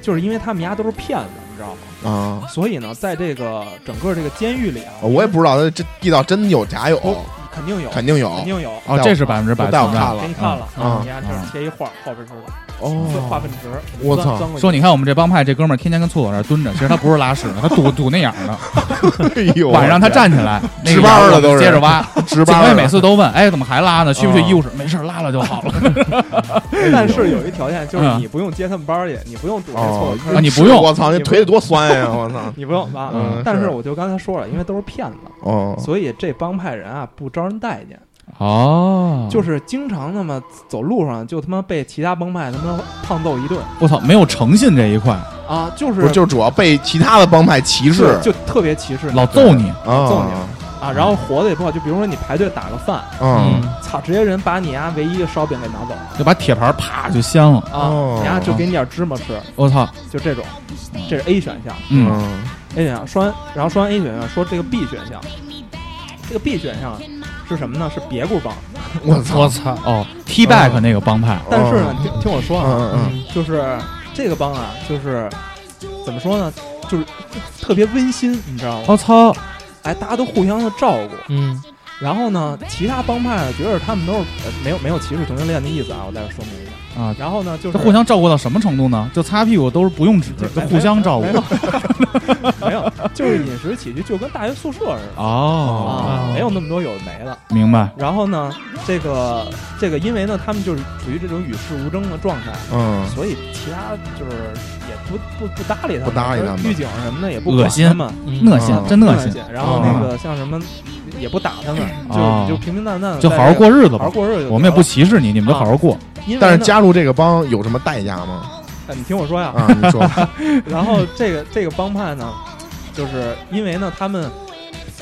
D: 就是因为他们家都是骗子，你知道吗？
C: 啊，
D: 所以呢，在这个整个这个监狱里啊，
C: 我也不知道这地道真有假有，
D: 哦肯定有，
C: 哦肯定有。
D: 肯定有。
B: 哦，这是百分之百
C: 都带我
B: 存在
C: 看
B: 的
C: 了
D: 给你看了啊
C: 嗯！
D: 你看这儿贴一画，后边是画
C: 哦，
D: 粪池，
C: 我
D: 钻
C: 操
D: 钻过去
B: 说你看我们这帮派这哥们儿天天跟厕所那儿蹲着，其实他不是拉屎呢，他堵堵那眼儿呢。
C: 哎呦，
B: 晚上他站起来，那个
C: 值班
B: 眼儿
C: 了都是
B: 接着挖。警
C: 值班
B: 卫
C: 了，
B: 每次都问，哎，怎么还拉呢？去不去医务室？没事儿，拉了就好了。
D: 但是有一条件，就是
B: 嗯
D: 你不用接他们班儿去，你不用堵这
C: 哦
D: 厕所
B: 啊
D: 坑，
B: 你不用
C: 我操，那腿得多酸呀！我操。
D: 你不用啊
C: 嗯。
D: 但
C: 是
D: 是我就刚才说了，因为都是骗子，
C: 哦，
D: 所以这帮派人啊不招人待见，
B: 哦
D: 就是是经常他妈走路上就他妈被其他帮派他妈胖揍一顿
B: 我操，没有诚信这一块，
D: 啊，就是
C: 不是就主要被其他的帮派歧视
D: 对，就特别歧视你
B: 老揍你。
C: 啊，
D: 揍你啊，然后活的也不好，就比如说你排队打个饭，
C: 嗯，
D: 操，直接人把你家唯一的烧饼给拿走
B: 就把铁盘啪就掀了。
D: 啊
C: 哦，
D: 然后就给你点芝麻吃，
B: 我操，
D: 就这种，这是 A 选项。
B: 嗯，
C: 嗯
D: A 选项说完，然后说完 A 选项，说这个 B 选项，这个 B 选项是什么呢？是别故帮。
B: 嗯
C: 我操
E: 嗯我，操，
B: 哦，T back 那个帮派，
D: 但是呢，听听我说啊，
C: 嗯嗯
D: 就是这个帮啊，就是怎么说呢，就是特别温馨，你知道吗？
B: 我操，
D: 哎，大家都互相的照顾。
E: 嗯
D: 然后呢，其他帮派觉得他们都是呃没有没有歧视同性恋的意思啊，我在这说明一下，
B: 啊，
D: 然后呢，就是
B: 这互相照顾到什么程度呢？就擦屁股都是不用纸，
D: 这
B: 就互相照顾
D: 没。有，没有，就是饮食起居就跟大学宿舍似的
B: 哦
D: 啊，没有那么多有的没的。
B: 明白。
D: 然后呢，这个这个，因为呢，他们就是处于这种与世无争的状态，
C: 嗯，
D: 所以其他就是也不不不搭理他们，
C: 不搭理他们
D: 就是狱警什么的也不
B: 恶
D: 管
B: 心
D: 他们，
B: 恶心，
C: 嗯
B: 真恶
D: 恶
B: 心啊
D: 心。。然后那个像什么也不打他们，
B: 哦
D: 就就平平淡淡地
B: 就
D: 在
B: 好好
D: 这
B: 过日子
D: 嗯好好
B: 吧，
D: 过日子。
B: 我们也不，歧视你，你们就好好过。
D: 因为
C: 但是
D: 呢
C: 加入这个帮有什么代价吗？
D: 呃你听我说呀，
C: 啊，你说，
D: 然后这个这个帮派呢，就是因为呢他们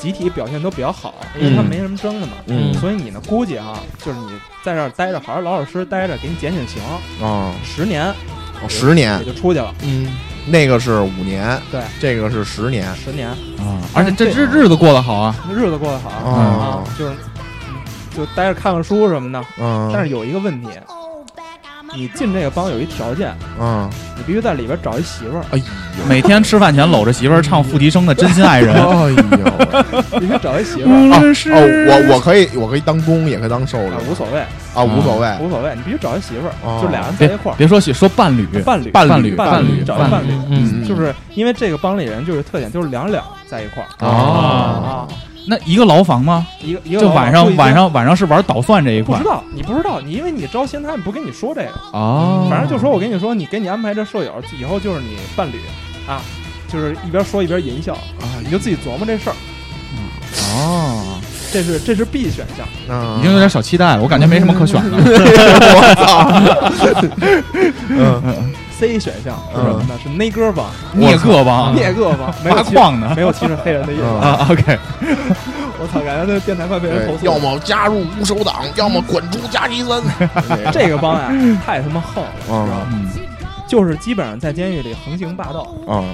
D: 集体表现都比较好，因为他们没什么争的嘛，
C: 嗯
D: 所以你呢估计啊，就是你在这儿待着，好好老老实实待着，给你减减刑，
C: 啊，
D: 十年
C: 哦十年
D: 也，就出去了，
E: 嗯，
C: 那个是五年，
D: 对，
C: 这个是十年，
D: 十年
B: 啊，而且这日日子过得好啊，
D: 日子过得好
C: 哦
D: 啊，就是就待着看看书什么的。
C: 嗯，
D: 但是有一个问题，你进这个帮有一条件，
C: 嗯，
D: 你必须在里边找一媳妇儿，
C: 哎呦，
D: 嗯
B: 每天吃饭前搂着媳妇儿唱付笛声的《真心爱人》
C: 哎呦。
D: 必须找一媳妇儿。
B: 啊。
C: 哦， 我我可以，我可以当工，也可以当受
D: 啊
C: 的，，
D: 无所谓，
C: 啊，无所谓。
D: 无所谓，你必须找一媳妇
C: 哦
D: 儿，就俩人在
B: 别
D: 一块儿，
B: 别说媳说伴侣，
D: 嗯伴侣，
B: 伴
D: 侣，
B: 伴
D: 侣，找一
B: 伴
D: 伴侣
B: 侣。
E: 嗯
C: 嗯
D: 就是因为这个帮里人就是特点，就是两两在一块儿
B: 啊，
D: 啊，
B: 那一个牢房吗？
D: 一个一个
B: 就
D: 老板
B: 晚
D: 住
B: 上
D: 一间
B: 晚上晚上是玩捣蒜这一
D: 不
B: 块
D: 知道，你不知道，你因为你招新，他们不跟你说这个，
B: 哦，
D: 反正就说我跟你说，你给你安排这舍友，以后就是你伴侣啊，就是一边说一边淫笑啊，你就自己琢磨这事儿，
B: 哦，
D: 这是这是 B 选项，
C: 嗯
B: 已经有 点小期待了，我感觉没什么可选的 了。
C: 我操，嗯，
D: C 选项是什
B: 嗯
D: 么呢？是内哥帮，
B: 聂各帮
D: 聂哥 帮，没
B: 挖
D: 有歧
B: 矿呢
D: 没有歧视黑人的意思，
C: 嗯
D: 啊！
B: 啊，OK，
D: 我操，感觉这电台快被人投
C: 对，
D: 诉
C: 要
D: 了。
C: 么加入无手党，要么滚出加西森。
B: 哎
D: 这个帮呀，太他妈横了，你知道吗？
B: 嗯，
D: 就是基本上在监狱里横行霸道，
C: 嗯，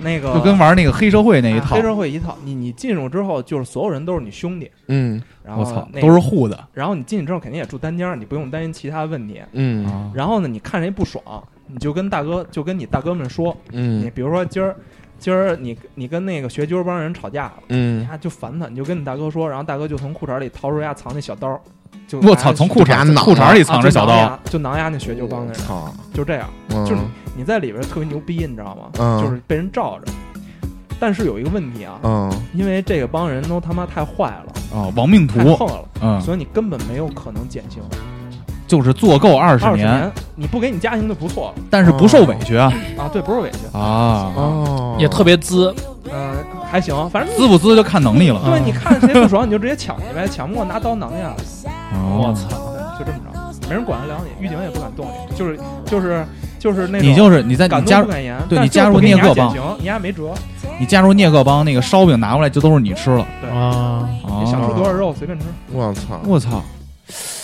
D: 那个啊
B: 就跟玩那个啊黑社会那一套
D: 黑，社会一套。你你进入之后，就是所有人都是你兄弟，
C: 嗯
D: 然后
B: 我操，
D: 那
B: 都是护的
D: 然后你进去之后肯定也住单间儿，你不用担心其他问题。
C: 嗯
B: 啊
D: 然后呢，你看谁不爽，你就跟大哥就跟你大哥们说，你
C: 嗯
D: 比如说今儿今儿你你跟那个学究帮人吵架了，你
C: 嗯，
D: 看就烦他，你就跟你大哥说，然后大哥就从裤�衩里掏出家藏那小刀，就
B: 我操，从裤
C: 就给
B: 衩
C: 他囊
B: 裤衩里
D: 啊
B: 藏着小
D: 就
B: 刀
D: 囊，牙就囊压那学究帮的人，
C: 操，
D: 就这样。
C: 嗯
D: 就是你在里边特别牛逼，你知道吗？
C: 嗯
D: 就是被人罩着。但是有一个问题啊，
C: 嗯
D: 因为这个帮人都他妈太坏了，
B: 啊，亡命
D: 太
B: 徒
D: 横，了，
B: 嗯，
D: 所以你根本没有可能减刑。
B: 就是做够二十
D: 二十
B: 年，
D: 年，你不给你加刑就不错
B: 但是不受委屈啊
D: 了啊，对，不是委屈，
B: 啊，
C: 哦，
E: 也特别滋，
D: 嗯、还行，反正你
B: 滋不滋就看能力了。
D: 对，你看谁不爽你就直接抢去呗，抢不过拿刀囊呀，
B: 我
E: 我，操，
D: 就这么着，没人管得了你，狱警也不敢动你，就是就是就是那种
B: 你就是你在你
D: 敢
B: 加
D: 怒
B: 入
D: 不敢言，
B: 对
D: 但
B: 你
D: 是就
B: 加入
D: 不给
B: 聂
D: 你俩
B: 各
D: 减
B: 帮哦
D: 刑你还没辙，
B: 你加入聂各帮，那个烧饼拿过来就都是你吃了。
E: 啊，
D: 你想
B: 啊，
D: 吃多少肉随便吃。
C: 我操，
B: 我操！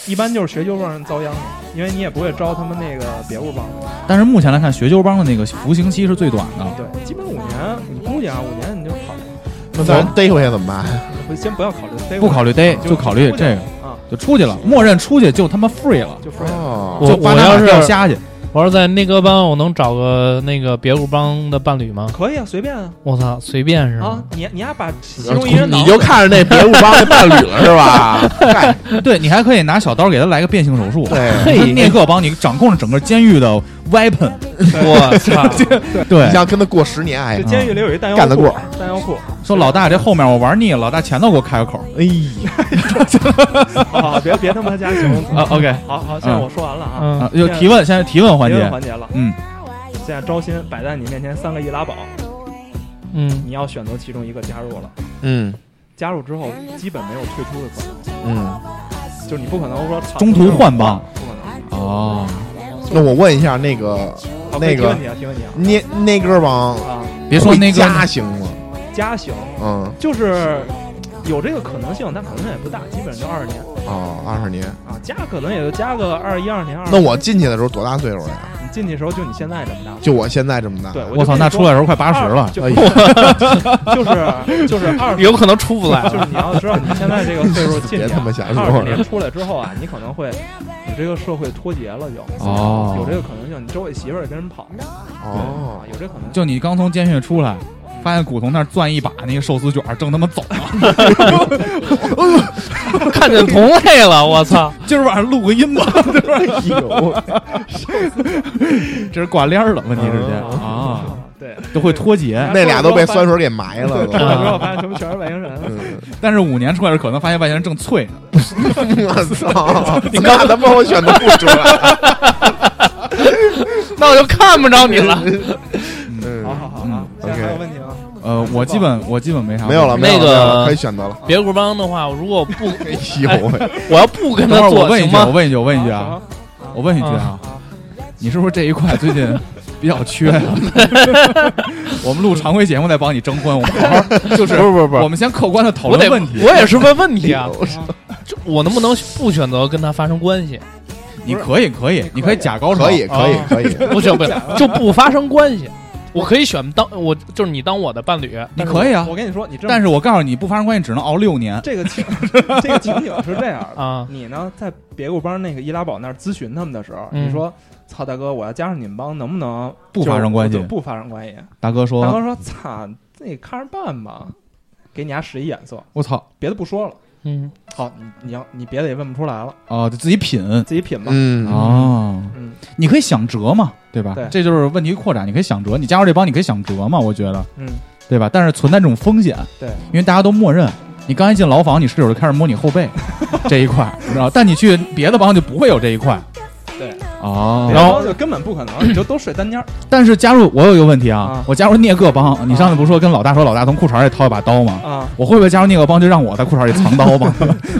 D: 一般就是学究帮人遭殃的，因为你也不会招他们那个别物帮的。
B: 但是目前来看，学究帮的那个服刑期是最短的。
D: 对，基本五年，你估计啊，五年你就考虑，
C: 那咱逮回去怎么办？
D: 不先不要考虑逮捕，
B: 不考虑逮，就考虑这个，
D: 啊，
B: 就出去了。默认出去就他妈 free 了，
D: 就 free 了。
C: 哦，
E: 我
B: 就巴拿马
E: 我要是
B: 钓虾 去。
E: 我要是在那个帮，我能找个那个别股帮的伴侣吗？
D: 可以啊，随便啊
E: 我操，随便
B: 嗯
E: 是
D: 啊
E: 吗？！
D: 你你丫把其中一人挠
C: 你就看着那别物帮那伴侣了是 吧？嗨
B: 对你还可以拿小刀给他来个变性手术。
C: 对，
B: 那聂克帮你掌控着整个监狱的 weapon。我操！ 对
C: 你，想跟他过十年哎
D: 这，监狱里有一弹药
C: 干得
D: 库
C: 过，
D: 弹药库
B: 说老 大这后面我玩腻了，老大前头给我开个口。
C: 哎呀，
D: 啊！别别他妈加形容词
B: 啊，OK
D: 好好，现在我说完了啊，
E: 嗯
B: 啊，有提问，现在提问环
D: 别问
B: 节。
D: 环节了。
B: 嗯，
D: 现在招新摆在你面前三个易拉宝，
E: 嗯，
D: 你要选择其中一个加入了。
C: 嗯
D: 加入之后基本没有退出的可能，
C: 嗯，
D: 就是你不可能说操
B: 中途换帮
D: 不可能。
B: 哦，
C: 那我问一下那个
D: 好
C: 那
D: 提
C: 个
D: 问题啊，提问题啊
C: 那那哥帮
D: 啊！
B: 别说那个
C: 家行吗？
D: 加刑
C: 嗯，
D: 就是有这个可能性，但可能性也不大，基本上就二十年
C: 哦，二十年。
D: 啊，加可能也就加个二一二年。
C: 那我进去的时候多大岁数了呀？
D: 你进去的时候就你现在这么大，
C: 就我现在这么大。
D: 对，
B: 我操，那出来的时候快八十了。
D: 就
C: 哎
D: 就是就是二十，
E: 有可能出不来。啊
D: 就是你要知道你现在这个岁数 进去
C: 别他妈想说
D: 二十年出来之后啊，你可能会与这个社会脱节了就，
B: 哦
D: 有这个可能性，你周围媳妇儿也跟人跑啊，
C: 哦，
D: 有这可能性。
B: 就你刚从监狱出来，发现古潼那儿攥一把那个寿司卷儿，正他妈走呢。
E: 看见同类 了，我操！
B: 今儿晚上录个音 吧，
D: 哎呦，
B: 这是挂帘儿了，问题是
C: 嗯
B: 这啊，
D: 对，
B: 都会脱节。
C: 那俩都被酸水给埋了都。
D: 到时候发现全全是外星人。
C: 嗯
B: 但是五年出来的可能发现外星人正脆呢，
C: 我操！那他妈我选的不啊出来。
E: 那我就看不着你了。
D: 好
C: 嗯，
D: 好好啊，现在还有问题吗？
B: 呃，我基本我基本没啥，
C: 没有了，没有了
E: 那个
C: 没有了可以选 择了。
E: 别库帮的话，如果不，
C: 哎呦喂，
E: 我要不跟
B: 等会
E: 他
B: 儿我
E: 做
B: 问一
E: 行
B: 句，我
E: 吗？
B: 问一句，我问一句
D: 行
B: 啊，我问一句啊，你是不是这一块最 近比较缺 啊？我们录常规节目再帮你征婚，我们好好就是
C: 不是不是不是
B: 我们先客观的讨
E: 我
B: 论
E: 得，
B: 问题。
E: 我也是问问题啊。就我能不能不选择跟他发生关 系？
B: 你可以可以，你可以假高潮，
C: 可以可以
E: 啊
C: 可以，
E: 不选不了，就不发生关系。我可以选当我就是你当我的伴侣，
B: 你可以啊
D: 我。跟你说，你这么
B: 但是我告诉你，不发生关系只能熬六年。
D: 这个情 这个情景是这样的
E: 啊
D: 你呢在别库帮那个易拉宝那儿咨询他们的时候，
E: 嗯
D: 你说。操大哥，我要加入你们帮，能不能
B: 不发生关系
D: 就不发生关系。
B: 大哥
D: 大
B: 说
D: 哥说：“操，自己看着办吧，给你家使一眼色，：“
B: 我操，
D: 别的不说了。
E: 嗯，
D: 好，你你要你别的也问不出来了，
B: 哦，就自己品
D: 自己品吧。
C: 嗯，
B: 哦，
D: 嗯
B: 你可以想辙嘛，对吧？
D: 对
B: 这就是问题扩展，你可以想辙，你加入这帮你可以想辙嘛，我觉得，
D: 嗯，
B: 对吧？但是存在这种风险，
D: 对，
B: 因为大家都默认，你刚一进牢房，你室友就开始摸你后 背这一块儿，你知道？但你去别的帮就不会有这一块，
D: 对，
B: 哦
D: 然后就根本不可能，你就都睡单间儿。
B: 但是加入我有一个问题啊
D: 啊，
B: 我加入聂各帮，你上次不是说跟老大说老大从裤衩里掏一把刀吗？
D: 啊。
B: 我会不会加入聂各帮就让我在裤衩里藏刀 吧，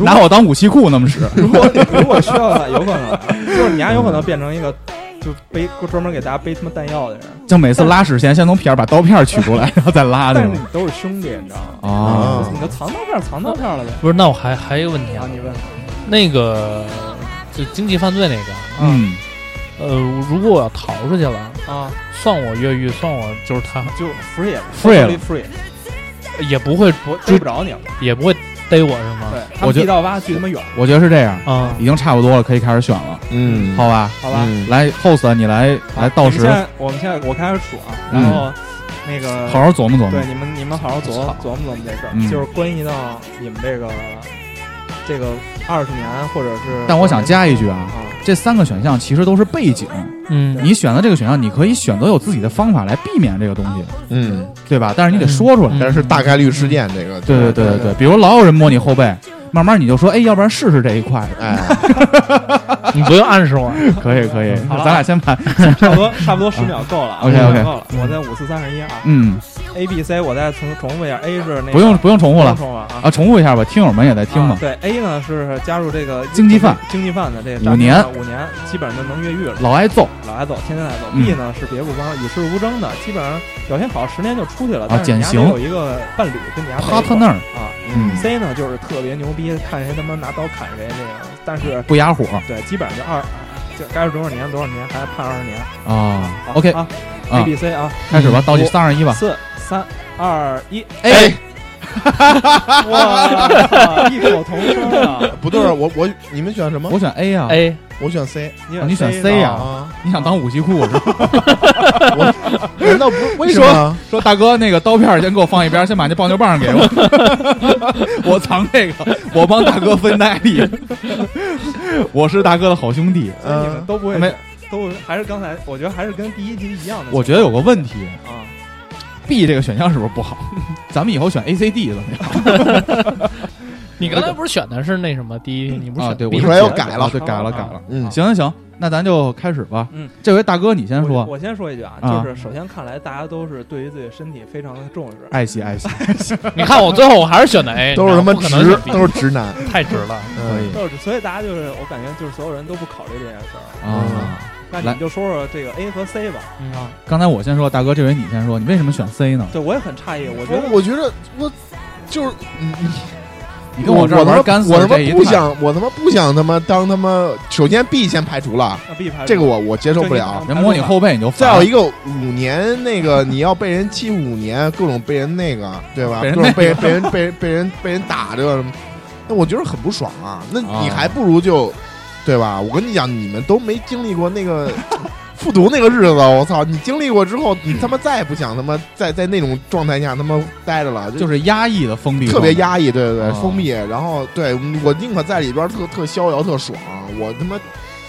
B: 拿我当武器库那么使？
D: 如果如果需要的话，有可能啊就是你还有可能变成一个就背专门给大家背他妈弹药的人，
B: 就每次拉屎前先从屁眼把刀片取出来，然后再拉那
D: 但是
B: 种
D: 你。都是兄弟，你知道吗？
B: 哦
D: 你就藏刀片儿藏刀片儿了呗。
E: 不是，那我还还有一个问题
D: 然
E: 啊
D: 后，你问，
E: 那个就经济犯罪那个，
B: 嗯，
E: 呃，如果我要逃出去了，
D: 啊，
E: 算我越狱，算我就是他，
D: 就 free 了
B: Free 了
D: totally free，
E: 也不会
D: 不追不着你了。
E: 也不会逮我是吗？
D: 对，
B: 啊
D: 他
B: 我
D: 们
B: 觉得
D: 地道挖距他妈远，
B: 我觉得是这样，
E: 啊，
B: 已经差不多了，可以开始选了，
C: 嗯，
B: 好吧？
D: 好吧？
C: 嗯
B: 来，host，你啊来来
D: 我
B: 到
D: 们
B: 时嗯
D: 现在我们现在我开始数啊，然后那个
B: 好好琢磨琢磨
D: 对。你们你们好好琢磨琢磨琢磨这事儿
B: 嗯，
D: 就是关系到你们这个这个二十年或者是
B: 但我想加一句啊
D: 啊，
B: 这三个选项其实都是背景，
E: 嗯，
B: 你选择这个选项，你可以选择有自己的方法来避免这个东西，
C: 嗯，
B: 对吧？但是你得说出来。
E: 嗯
C: 但是大概率事件这个，
B: 对对对对对，比如老有人摸你后背，慢慢你就说，哎，要不然试试这一块。
C: 哎，
E: 你不用暗示我， 嗯
B: 可以可以，
D: 好了
B: 咱俩先把，
D: 差不多差不多十秒够了啊
B: 嗯 OK，OK
D: 够了。我在五四三十一啊
B: 嗯，
D: ，A B C，我再重重复一下，A 是那个
B: 不用不用重复了
D: 不用重复啊。
B: 啊，重复一下吧，听友们也在听嘛
D: 啊。对 A 呢是加入这个
B: 经济犯，
D: 经济犯的这个
B: 五年
D: 五年基本上就能越狱了，
B: 老挨揍
D: 老挨揍，天天挨揍。
B: 嗯
D: B 呢是别不帮，与世无争的，基本上表现好十年就出去了，但是
B: 啊减
D: 你还
B: 刑
D: 得有一个伴侣跟你家在一块儿
B: partner，
D: 啊。
B: 嗯，
D: C 呢就是特别牛逼，看谁他妈拿刀砍谁那个，但是
B: 不压火
D: 对，基本上就二，就该是多少年多少年，还判二十年。
B: 啊
D: 好。
B: OK，
D: 啊
B: 啊
D: ，A B C 啊，
B: 开始吧，倒计三二一吧。
D: 四三二一，
B: 哎，啊
D: 哇，异口同声
B: 哦
D: 啊！
C: 哎不对，我我你们选什么
B: 我？选 A 啊，
E: 哎，
C: 我选 C
B: 啊你选
D: C
B: C
D: 呀？
B: 呀？
C: 啊，
B: 你想当武器库 是吧？哎
C: 难道不是？为什
B: 说
C: 么？
B: 说大哥，那个刀片儿先给我放一边儿，先把那棒球棒给我，我 藏这个，我帮大哥分袋里。 我是大哥的好兄弟。
D: 所以你
C: 嗯
D: 们都不会
B: 没，
D: 都不还是刚才，我觉得还是跟第一集一样的。
B: 我觉得有个问题
D: 啊，
B: ，B 这个选项是不是不好？咱们以后选 A、C、D 怎么样？
E: 你刚才不是选的是那什么第一，你不是
B: 啊，
E: 选
B: 对，
E: 的 B
B: 我
C: 后
E: 吗
C: 来又改了
B: 对，改了，改
D: 啊
B: 了。
C: 嗯
B: 行行行，那咱就开始吧。
D: 嗯，
B: 这回大哥你先
D: 我
B: 说，
D: 我先说一句啊，
B: 啊
D: 就是首先看来大家都是对于自己身体非常的重视。
B: 爱惜爱惜，
E: 你看我最后我还是选的 A，
C: 都是什么
E: 你知道吗哎不可能
C: 直
E: 选，B
C: 都是直男。
E: 太值了。
B: 可以
C: 嗯，
D: 都是，所以大家就是，我感觉就是所有人都不考虑这件事儿。
B: 啊。
D: 那你
B: 来
D: 们就说说这个 A 和 C 吧。
E: 嗯
D: 啊，
B: 刚才我先说，大哥，这回你先说，你为什么选 C 呢？
D: 对，我也很诧异，我觉
C: 我
D: 得
C: 我觉得我就是你你
B: 你跟
C: 我
B: 这儿
C: 他
B: 玩
C: 妈
B: 干死
C: 我他
B: 这一
C: 妈不
B: 套
C: 想，我他妈不想他妈当他妈。首先 B 先排除了，
D: 那 B 排除
C: 这个我我接受不
D: 就
C: 了
D: 你。
B: 人摸你后背你就
C: 再有
B: 烦
C: 一个五年，那个你要被人欺负五年，各种被人那个，对吧？
B: 被
C: 各
B: 人
C: 种被人被人被人被人被人打这个什么，那我觉得很不爽啊。那你
B: 啊
C: 还不如就，对吧？我跟你讲，你们都没经历过那个。复读那个日子，啊我操！你经历过之后，你他妈再也不想他妈在在那种状态下他妈待着了，就
B: 就是压抑的封闭，
C: 特别。压抑，对对对，
B: 哦
C: 封闭。然后对我宁可在里边儿特特逍遥、特爽，啊我他妈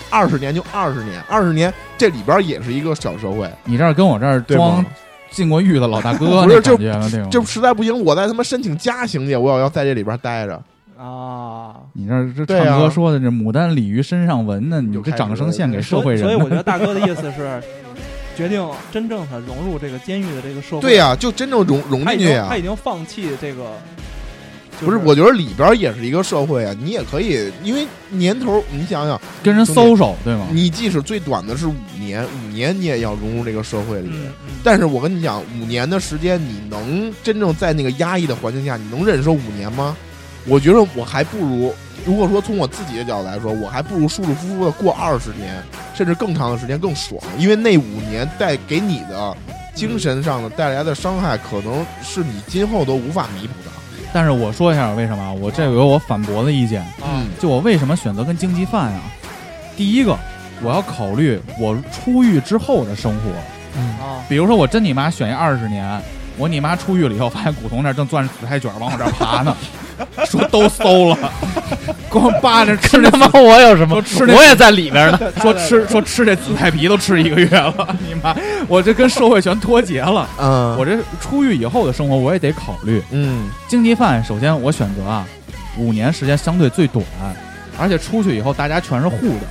C: 二十年就二十年，二十年这里边儿也是一个小社会，
B: 你这儿跟我这儿
C: 对
B: 装
C: 吗？
B: 进过狱的老大哥，
C: 不是
B: 那感觉了，这
C: 这
B: 种。
C: 实在不行，我再他妈申请加刑去，我也要在这里边儿待着。
D: 啊。
B: 你这儿这
C: 对啊
B: 唱歌说的这牡丹鲤鱼身上纹呢，你
C: 就
B: 这
C: 开始
B: 掌声献给社
D: 所
B: 会
D: 以，
B: 人
D: 所以我觉
B: 呢。
D: 得大哥的意思 是，决定真正的融入这个监狱的这个社会。
C: 对呀、就真正融融
D: 他
C: 进
D: 已
C: 去
D: 经
C: 呀、
D: 他已经放弃这个，就
C: 不是，我觉得里边儿也是一个社会啊，你也可以，因为年头儿，你想想，
B: 跟人搜手对吗？
C: 你即使最短的是五年，五年你也要融入这个社会里。
D: 嗯嗯
C: 但是我跟你讲，五年的时间，你能真正在那个压抑的环境下，你能忍受五年吗？我觉得我还不如，如果说从我自己的角度来说，我还不如舒舒服服的过二十年，甚至更长的时间更爽，因为那五年带给你的精神上的带来的伤害，可能是你今后都无法弥补的。
B: 但是我说一下为什么啊，我这有我反驳的意见。
C: 嗯，
B: 就我为什么选择跟经济犯啊？第一个，我要考虑我出狱之后的生活。
E: 嗯
D: 啊，
B: 比如说，我真你妈选一二十年，我你妈出狱了以后，发现古潼那儿正攥着紫菜卷儿往我这儿爬 呢，说都搜了，光扒着吃
E: 跟
B: 那
E: 他妈我有什么？
B: 吃那
E: 我也在里 边呢。
B: 说吃说吃这紫菜皮都吃一个月了， 你妈，我这跟社会全脱节了。
C: 嗯
B: 我这出狱以后的生活我也得考虑。
C: 嗯
B: 经济犯首先我选择啊，五年时间相对最短，而且出去以后大家全是互的，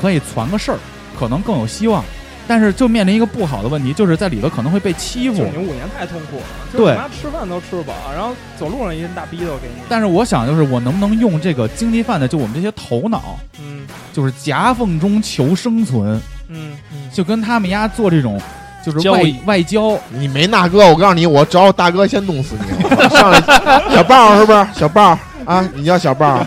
B: 可以攒个事儿，可能更有希望。但是就面临一个不好的问题，就是在里头可能会被欺
D: 就是
B: 负。
D: 你五年太痛苦了，就是
B: 对
D: 你妈吃饭都吃不饱，然后走路上一人大逼斗给你，
B: 但是我想，就是我能不能用这个经济犯的，就我们这些头脑，
D: 嗯
B: 就是夹缝中求生存，
D: 嗯嗯，
B: 就跟他们家做这种就是
E: 交
B: 外
E: 易
B: 外交，
C: 你没那哥，我告诉你，我只要大哥先弄死你。我上来小豹是不是？小豹啊，你叫小豹，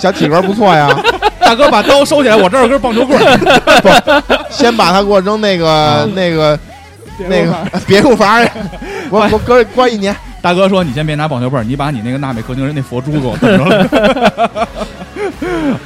C: 小体格不错呀。
B: 大哥把刀收起来，我这儿有根棒球棍 儿。
C: 先把他给我扔那个那个
D: 别
C: 那
D: 说话
C: 个 别入房去，我我搁这关一年。
B: 大哥说：“你先别拿棒球棍儿，你把你那个纳美克星人那佛珠给我瞪出来。”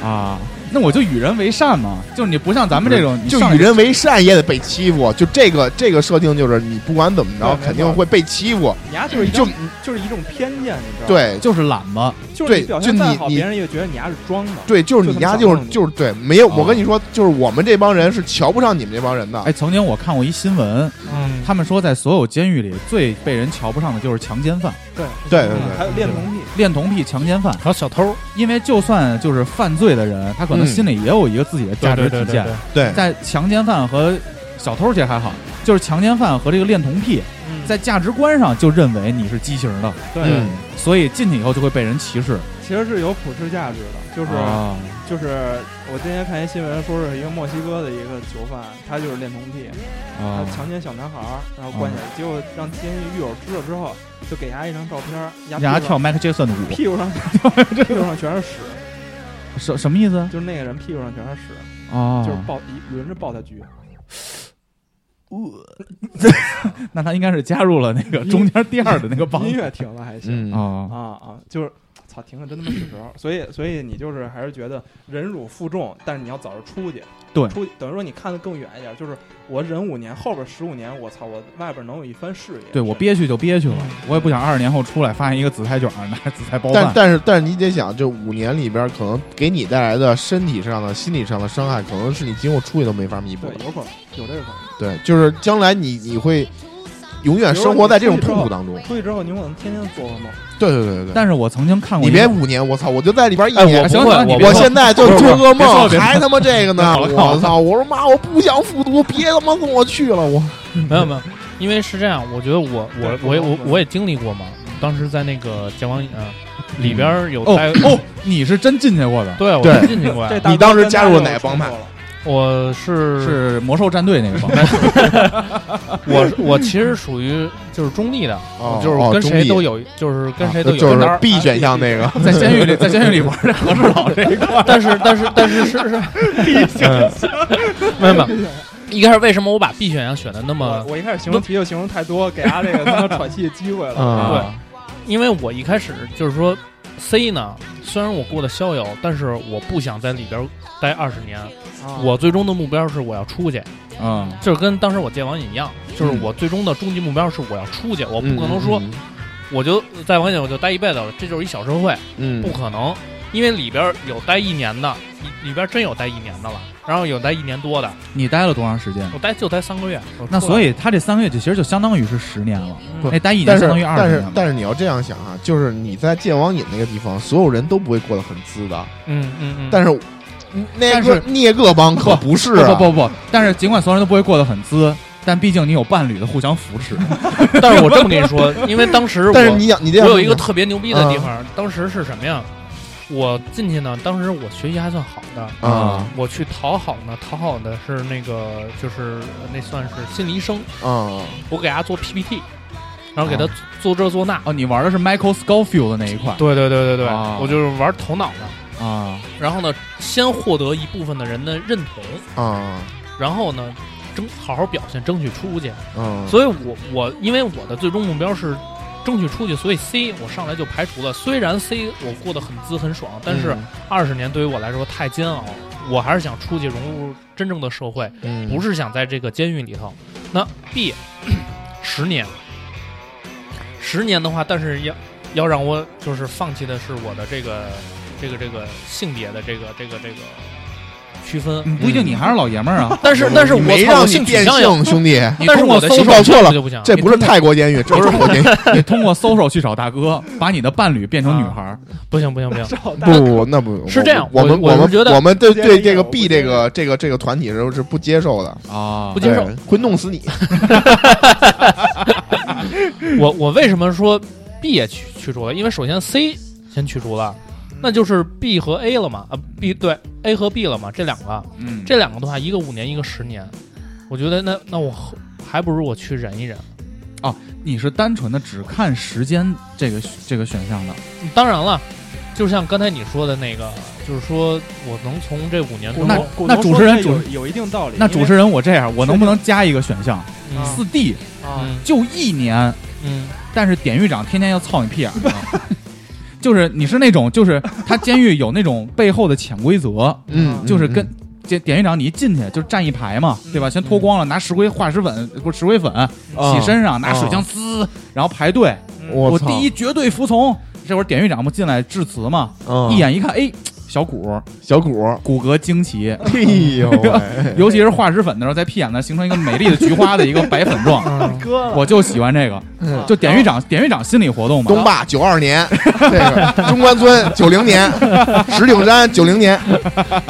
B: 啊，那我就与人为善嘛，就是你不像咱们这种，你
C: 就
B: 上
C: 与人为善也得被欺负，就这个这个设定就是你不管怎么着
D: 对没错
C: 肯定会被欺负，
D: 你丫就是一
C: 就
D: 种就是一种偏见，你知道吗？，
C: 对就
B: 就是懒嘛，
D: 就是你
C: 对
D: 表
C: 就
D: 现
C: 你
D: 再好，
C: 你
D: 别人也觉得你丫是装的。
C: 对就是你家就是就
D: 就
C: 是对没有
B: 哦
C: 我跟你说就是我们这帮人是瞧不上你们这帮人的
B: 哎，，曾经我看过一新闻，
D: 嗯，
B: 他们说在所有监狱里最被人瞧不上的就是强奸犯、
D: 对
C: 对对
D: 嗯
C: 对
D: 还有恋童癖，
B: 恋童癖、强奸犯，
E: 还有小偷，
B: 因为就算就是犯罪的人，他可能
C: 嗯
B: 心里也有一个自己的价值体现。
C: 对
B: 在强奸犯和小偷其实还好，就是强奸犯和这个恋童癖
D: 嗯
B: 在价值观上就认为你是畸形的，
D: 对
C: 嗯，
B: 所以进去以后就会被人歧视。
D: 其实是有普世价值的，就是
B: 啊，
D: 就是我今天看一新闻，说是一个墨西哥的一个囚犯，他就是恋童癖，他
B: 啊
D: 强奸小男孩儿，然后关
C: 啊
D: 起来，结果让监狱狱友知道之后，就给他一张照片儿，压
B: 让他跳 Michael Jackson 的舞，
D: 屁股上，屁股上全是屎，
B: 什什么意思啊
D: 就是那个人屁股上全是屎，？
C: 啊
B: 哦
D: 就是抱一轮着抱他局，
B: 那他应该是加入了那个中间第二的那个帮
D: 音乐停了还行，
C: 嗯
B: 啊
D: 啊啊，就是。操，停了，真他妈是时候。所以，所以你就是还是觉得忍辱负重，但是你要早日出去，
B: 对
D: 出去等于说你看得更远一点。就是我忍五年，后边十五年，我操，我外边能有一番事业。
B: 对我憋屈就憋屈了，我也不想二十年后出来发现一个紫菜卷儿，拿着紫菜包
C: 但
B: 饭。
C: 但是但是你得想，这五年里边可能给你带来的身体上的、心理上的伤害，可能是你今后出去都没法弥补
D: 对
C: 的，。
D: 有可能有这个可能。
C: 对，就是将来你你会永远生活在这种痛苦当中。
D: 出去之后，你可能天天做噩梦。
C: 对对对对对，
B: 但是我曾经看过
C: 你
B: 一
C: 别
B: 个，哦
C: 五年，我操，我就在里边一
E: 哎，
C: 年
E: 我。
B: 嗯行
E: 不会
B: 行，你
E: 我
B: 别
E: 不
C: 我
E: 会
B: 说
C: 现在就做噩
B: 别说
C: 梦，
B: 别说
C: 还他妈这个呢！
B: 好了好了
C: 我操！我说妈，我不想复读，别他妈跟我去了！我
E: 没有没有，因为是这样，我觉得我我
D: 对
E: 我也
D: 不
E: 我
D: 能
B: 嗯
E: 我也经历过嘛，当时在那个解放营里边儿有
B: 哦
E: 待，
B: 哦，你是真进去过的，
E: 对我
C: 对
E: 进去
B: 哎
E: 过
D: 这
E: 呀，
D: 大哥
C: 你当时
D: 跟
C: 加
D: 他
C: 入
D: 就
C: 哪个
D: 有
C: 帮
D: 冲
C: 派
D: 突了？
E: 我
C: 嗯
E: 是
B: 是魔兽战队 那个帮。
E: 我是我其实属于就是中立的，
C: 哦
E: 就是
C: 哦
E: 跟谁
C: 中
E: 都
C: 立啊
E: 有，就是跟谁都有
C: 就
E: 一搭
C: 是
E: 儿
C: B 选项 那个，
B: 在监 狱里，在监狱里玩这和事佬这一块儿，
E: 但是但是但是是是 B
B: 嗯
E: 选项，没有没有。一开始为什么我把 B 选项选的那么
D: 我？我一开始形容题就 形容太多，给他这个他妈喘气的机会了。
C: 嗯
E: 对，因为我一开始就是说 C 呢，虽然我过得逍遥，但是我不想在里边待二十
C: 啊
E: 年。
D: 啊
E: 我最终的目标是我要出去，
B: 嗯，
E: 就是跟当时我见网瘾一样，就是
B: 嗯
E: 我最终的终极目标是我要出去，我不
C: 嗯
E: 可能说
C: 嗯
E: 我就在网瘾我就待一辈子了，这就是一小社会，
C: 嗯，
E: 不可能，因为里边有待一年的，里里边真有待一年的了，然后有待一年多的，
B: 你待了多长时间？
E: 我待就待三个月。我
B: 那
E: 出来
B: 所以他这三个月就其实就相当于是十年了，
E: 嗯
B: 那待一
C: 但
B: 年
C: 是
B: 相当于二
C: 但
B: 十
C: 是
B: 年了。
C: 但是你要这样想啊，就是你在戒网瘾那个地方，所有人都不会过得很滋的。
E: 嗯嗯嗯，
C: 但是那
B: 但
C: 个
B: 是
C: 聂各帮可不是啊，
B: 不不不不，但是尽管所有人都不会过得很滋，但毕竟你有伴侣的互相扶 持。
E: 但是我这么跟你说，因为当时我嗯
C: 但是你想，你这
E: 我
C: 样
E: 有一个特别牛逼的地方，当时是什么呀？我进去呢，当时我学习还算好的，
C: 啊
E: 我去讨好呢，讨好的是那个就是那算是心理医生，
B: 嗯
C: 啊，
E: 我给他做 PPT，然后给他做这做那。
B: 哦，你玩的是 Michael Scofield 的那一块
E: 对对对对对，
B: 啊
E: 我就是玩头脑的。
B: 啊，
E: 然后呢，先获得一部分的人的认同，
C: 啊
E: 然后呢，争好好表现，争取出去。
C: 嗯，
E: 所以我我因为我的最终目标是争取出去，所以 C 我上来就排除了。虽然 C 我过得很滋很爽，
C: 嗯
E: 但是二十年对于我来说太煎熬，我还是想出去融入真正的社会，
C: 嗯
E: 不是想在这个监狱里头。那 B 十年，十年的话，但是要要让我就是放弃的是我的这个这个这个性别的这个这个这个区分。
B: 嗯不一定你还是老爷们儿啊。
E: 但是但是我
C: 没
E: 操，
C: 让
E: 我
C: 你
E: 性取
C: 变
E: 向有，
C: 性，兄弟，
B: 你
E: 但是
B: 通过
E: 我的性
B: 搜
E: 取向
B: 索，
C: 搜错了
E: 就不行。
C: 这不是泰国监狱，这是 中国监狱。
B: 你通过搜索去找大哥， 把你的伴侣变成女孩儿。
E: 不行不行不行，
D: 少大
C: 不不不，那不
E: 是这样
C: 我们
E: 我
C: 我
E: 我
C: 们
E: 是觉得
C: 我们对
D: 不接
C: 对
D: 受
C: 这个
D: 不
C: B
D: 接
C: 这个这个这个团体是是不接受的，
B: 啊，
E: 不接受
C: 对会弄死你。
E: 我我为什么说 B 也去去除了？因为首先 C 先去除了，那就是 B 和 A 了嘛？啊，B 对 A 和 B 了嘛？这两个，
B: 嗯，
E: 这两个的话，一个五年，一个十年。我觉得那那我何还不如我去忍一忍。
B: 你是单纯的只看时间这个这个选项的。
E: 当然了，就像刚才你说的那个，就是说我能从这五年中，
B: 那
D: 古
B: 那
D: 董
B: 主
D: 说
B: 持人
D: 这
B: 主
D: 有有一定道理，
B: 那
D: 因为
B: 主持人，我这样，我能不能加一个选项？
E: 嗯
B: 四 D
D: 啊，
E: 嗯
B: 就一年，
E: 嗯
B: 但是典狱长天天要操你屁眼儿。 就是你是那种，就是他监狱有那种背后的潜规则，
E: 啊
C: 嗯，
B: 就是跟
C: 嗯
B: 这典狱长你一进去就站一排嘛，对吧？先脱光了，拿石灰化石粉不是石灰粉
C: 啊
B: 洗身上，拿
C: 啊
B: 水枪滋，然后排队。
C: 嗯我
B: 我
C: 操
B: 第一绝对服从。这会儿典狱长不进来致辞嘛，
D: 啊
C: 嗯
B: 一眼一看，哎，小骨
C: 小谷，
B: 骨骼惊奇，
C: 哎 呦喂，
B: 尤其是化石粉的时候，在屁眼那形成一个美丽的菊花的一个白粉 状。
E: 嗯，
D: 哥了
B: 我就喜欢这个，
C: 嗯
B: 就典狱长典狱长心理活动嘛。
C: 东坝九二 年，这个中关村九零年，石景山九零年，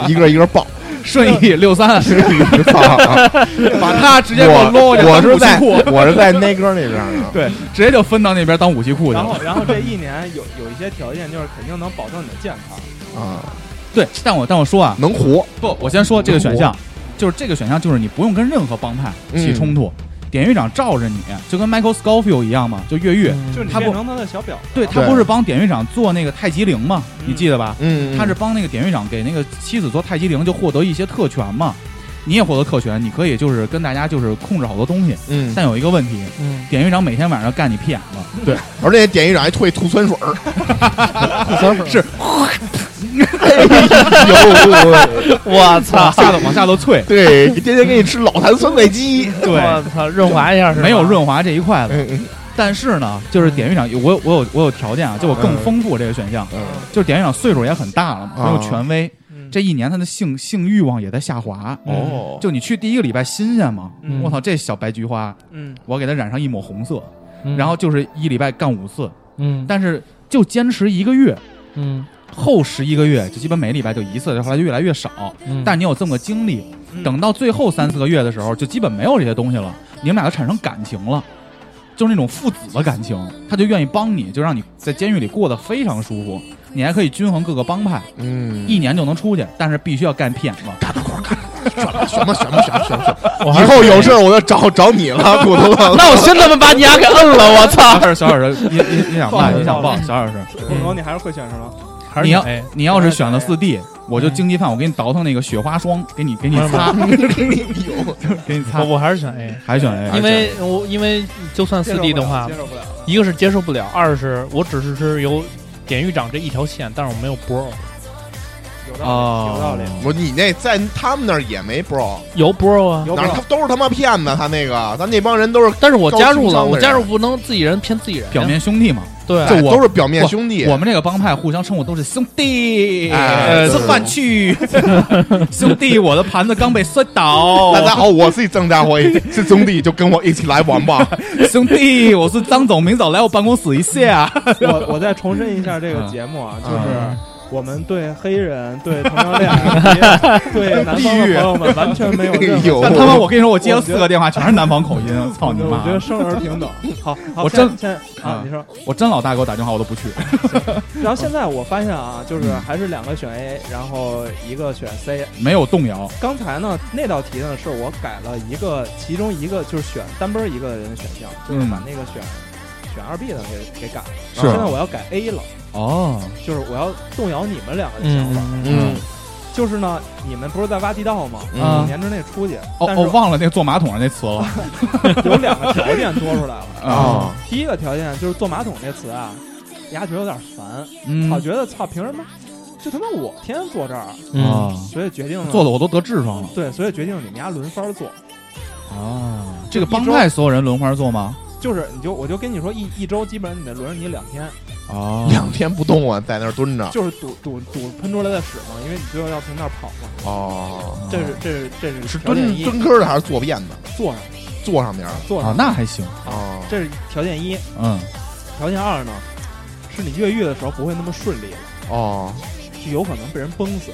C: 一个一个报。
B: 顺 义六三，
C: 操！
B: 把他直接给
C: 啊我
B: 搂过去，
C: 我是在
B: 当武器库，
C: 我是在那哥那边的，
B: 对，直接就分到那边当武器库去
D: 然
B: 了。
D: 后然后这一年有有一些条件，就是肯定能保证你的健康。
C: 啊，
B: 对，但我但我说啊，
C: 能活，
B: 不，我先说这个选项，就是这个选项就是你不用跟任何帮派
C: 嗯
B: 起冲突，典狱长罩着你，就跟 Michael Scofield 一样嘛，就越狱。
D: 就
E: 嗯
D: 你
B: 他不
D: 变成他的小表，
B: 对他
C: 对
B: 不是帮典狱长做那个太极铃嘛，
D: 嗯
B: 你记得吧？
C: 嗯，
B: 他是帮那个典狱长给那个妻子做太极铃，就获得一些特权嘛。你也获得特权，你可以就是跟大家就是控制好多东西，
C: 嗯，
B: 但有一个问题，
E: 嗯，
B: 典狱长每天晚上干你屁眼子，
C: 而且典狱长还吐吐酸水儿，吐酸水
B: 是
C: 有
E: 我
B: 往
E: 操，
B: 下头往下头啐，
C: 对，天天给你吃老坛酸菜鸡，
B: 对，
E: 我操，润滑一下是吧
B: 没有，润滑这一块了。
C: 嗯嗯
B: 但是呢，就是典狱长，我有我有我有条件啊，就我更丰富这个选项。
C: 嗯
B: 就是典狱长岁数也很大了嘛，
C: 啊
B: 很有权威，
D: 嗯
B: 这一年他的性性欲望也在下滑。
C: 哦
B: 就你去第一个礼拜新鲜嘛
D: 嗯，
B: 我操，这小白菊花，
D: 嗯，
B: 我给它染上一抹红色，
E: 嗯
B: 然后就是一礼拜干五次，
E: 嗯
B: 但是就坚持一个月，
E: 嗯
B: 后十一个月就基本每礼拜就一次，后来就越来越少。
E: 嗯，
B: 但你有这么个经历，
D: 嗯
B: 等到最后三四个月的时候，就基本没有这些东西了，你们俩就产生感情了，就是那种父子的感情，他就愿意帮你，就让你在监狱里过得非常舒服，你还可以均衡各个帮派，
C: 嗯，
B: 一年就能出去，但是必须要干屁 眼子。
C: 什么什么什么什么什么，
E: 我还
C: 以
E: 是
C: 后有事儿我就找找你 了，骨头疼。
E: 那我先他妈把你丫给摁了，我操
B: 小！耳小耳 石，你你你想
D: 抱
B: 骂
D: 歉
B: 你想
D: 抱
B: 抱
D: 歉
B: 小耳石，
D: 骨头你还是会选什么？
E: 还是
B: 你要
E: 哎
B: 你要是选了四
E: 嗯
B: D，我就经济犯，我给你倒腾那个雪花霜，给你给你擦，
E: 嗯
B: 给你擦
E: 我，我还是选 A。
B: 还选 A，
E: 因为我因为就算四 D 的话
D: 接，受不了，接受不了
E: 一个是接受不了，二是我只是是由典狱长这一条线，但是我没有 bro，
D: 有道
B: 哦，
D: 理，有道理。
C: 我你那在他们那儿也没 bro，
E: 有 bro 啊，
D: 有
C: 哪儿
D: bro
C: 他都是他妈骗子，他那个咱那帮人都是
E: 但是我加入
C: 高情商
E: 了，
C: 的
E: 我加
C: 人
E: 入不能自己人骗自己人呀，
B: 表面兄弟嘛，
E: 对
B: 就
C: 哎
B: 我
C: 都是表面兄弟，
B: 我们这个帮派互相称呼都是兄弟，
C: 哎
B: 吃饭 去，兄弟，我的盘子刚被摔倒
C: 大，家好，哦我是郑家 辉，是兄弟，就跟我一起来玩吧。
B: 兄弟，我是张总，明早来我办公室一下。
D: 我我再重申一下这个
B: 嗯
D: 节目啊，就
B: 嗯
D: 是我们对黑人、对同性恋 以及对南方的朋友们完全没有任何。
C: 有
B: 但他哎妈，我跟你说，我接了四个电话，全是南方口音，操你
D: 哦我
B: 妈
D: 觉！得生而平等。好，好
B: 我
D: 现
B: 真
D: 现啊
B: 啊，
D: 你说。
B: 我真老大给我打电话，我都不去。
D: 然后现在我发现啊，就是
B: 嗯
D: 还是两个选 A，然后一个选 C。
B: 没有动摇，
D: 刚才呢，那道题呢是我改了一个，其中一个就是选单边一个人的选项，就是把
B: 嗯
D: 那个选选二 B 的给给改了。
B: 是
D: 现在我要改 A 了，
B: 哦，
D: 就是我要动摇你们两个的想法。
E: 嗯，
C: 嗯，
D: 就是呢，你们不是在挖地道吗？
B: 啊
D: 五年之内出去，
B: 哦
D: 但
B: 哦，
D: 是
B: 忘了那坐马桶上那词了
D: 有两个条件多出来了。
B: 啊，
D: 第一个条件就是坐马桶这词啊，丫觉得有点烦，
B: 嗯
D: 老觉得操，凭什么？就他妈我天天坐这儿，
E: 嗯，
B: 啊，
D: 所以决定了
B: 做的我都得痔疮了
D: 对，所以决定你们家轮番坐，哦
B: 啊。这个帮派所有人轮番做吗？
D: 就是你就我就跟你说一一周，基本上你得轮着你两天，
B: 啊，
C: 两天不动啊，在那儿蹲着。
D: 就是堵堵堵喷出来的屎嘛，因为你最后要从那儿跑嘛。
C: 哦，
D: 这是这是这是
C: 是
D: 条件
C: 蹲
D: 一，
C: 蹲坑的还是坐便的？
D: 坐上
C: 坐上边儿。
D: 坐
B: 啊
D: 上，，
B: 那还行，
C: 哦，
D: 这是条件一。
B: 嗯，
D: 条件二呢，是你越狱的时候不会那么顺利了。
C: 哦，
D: 就有可能被人崩死，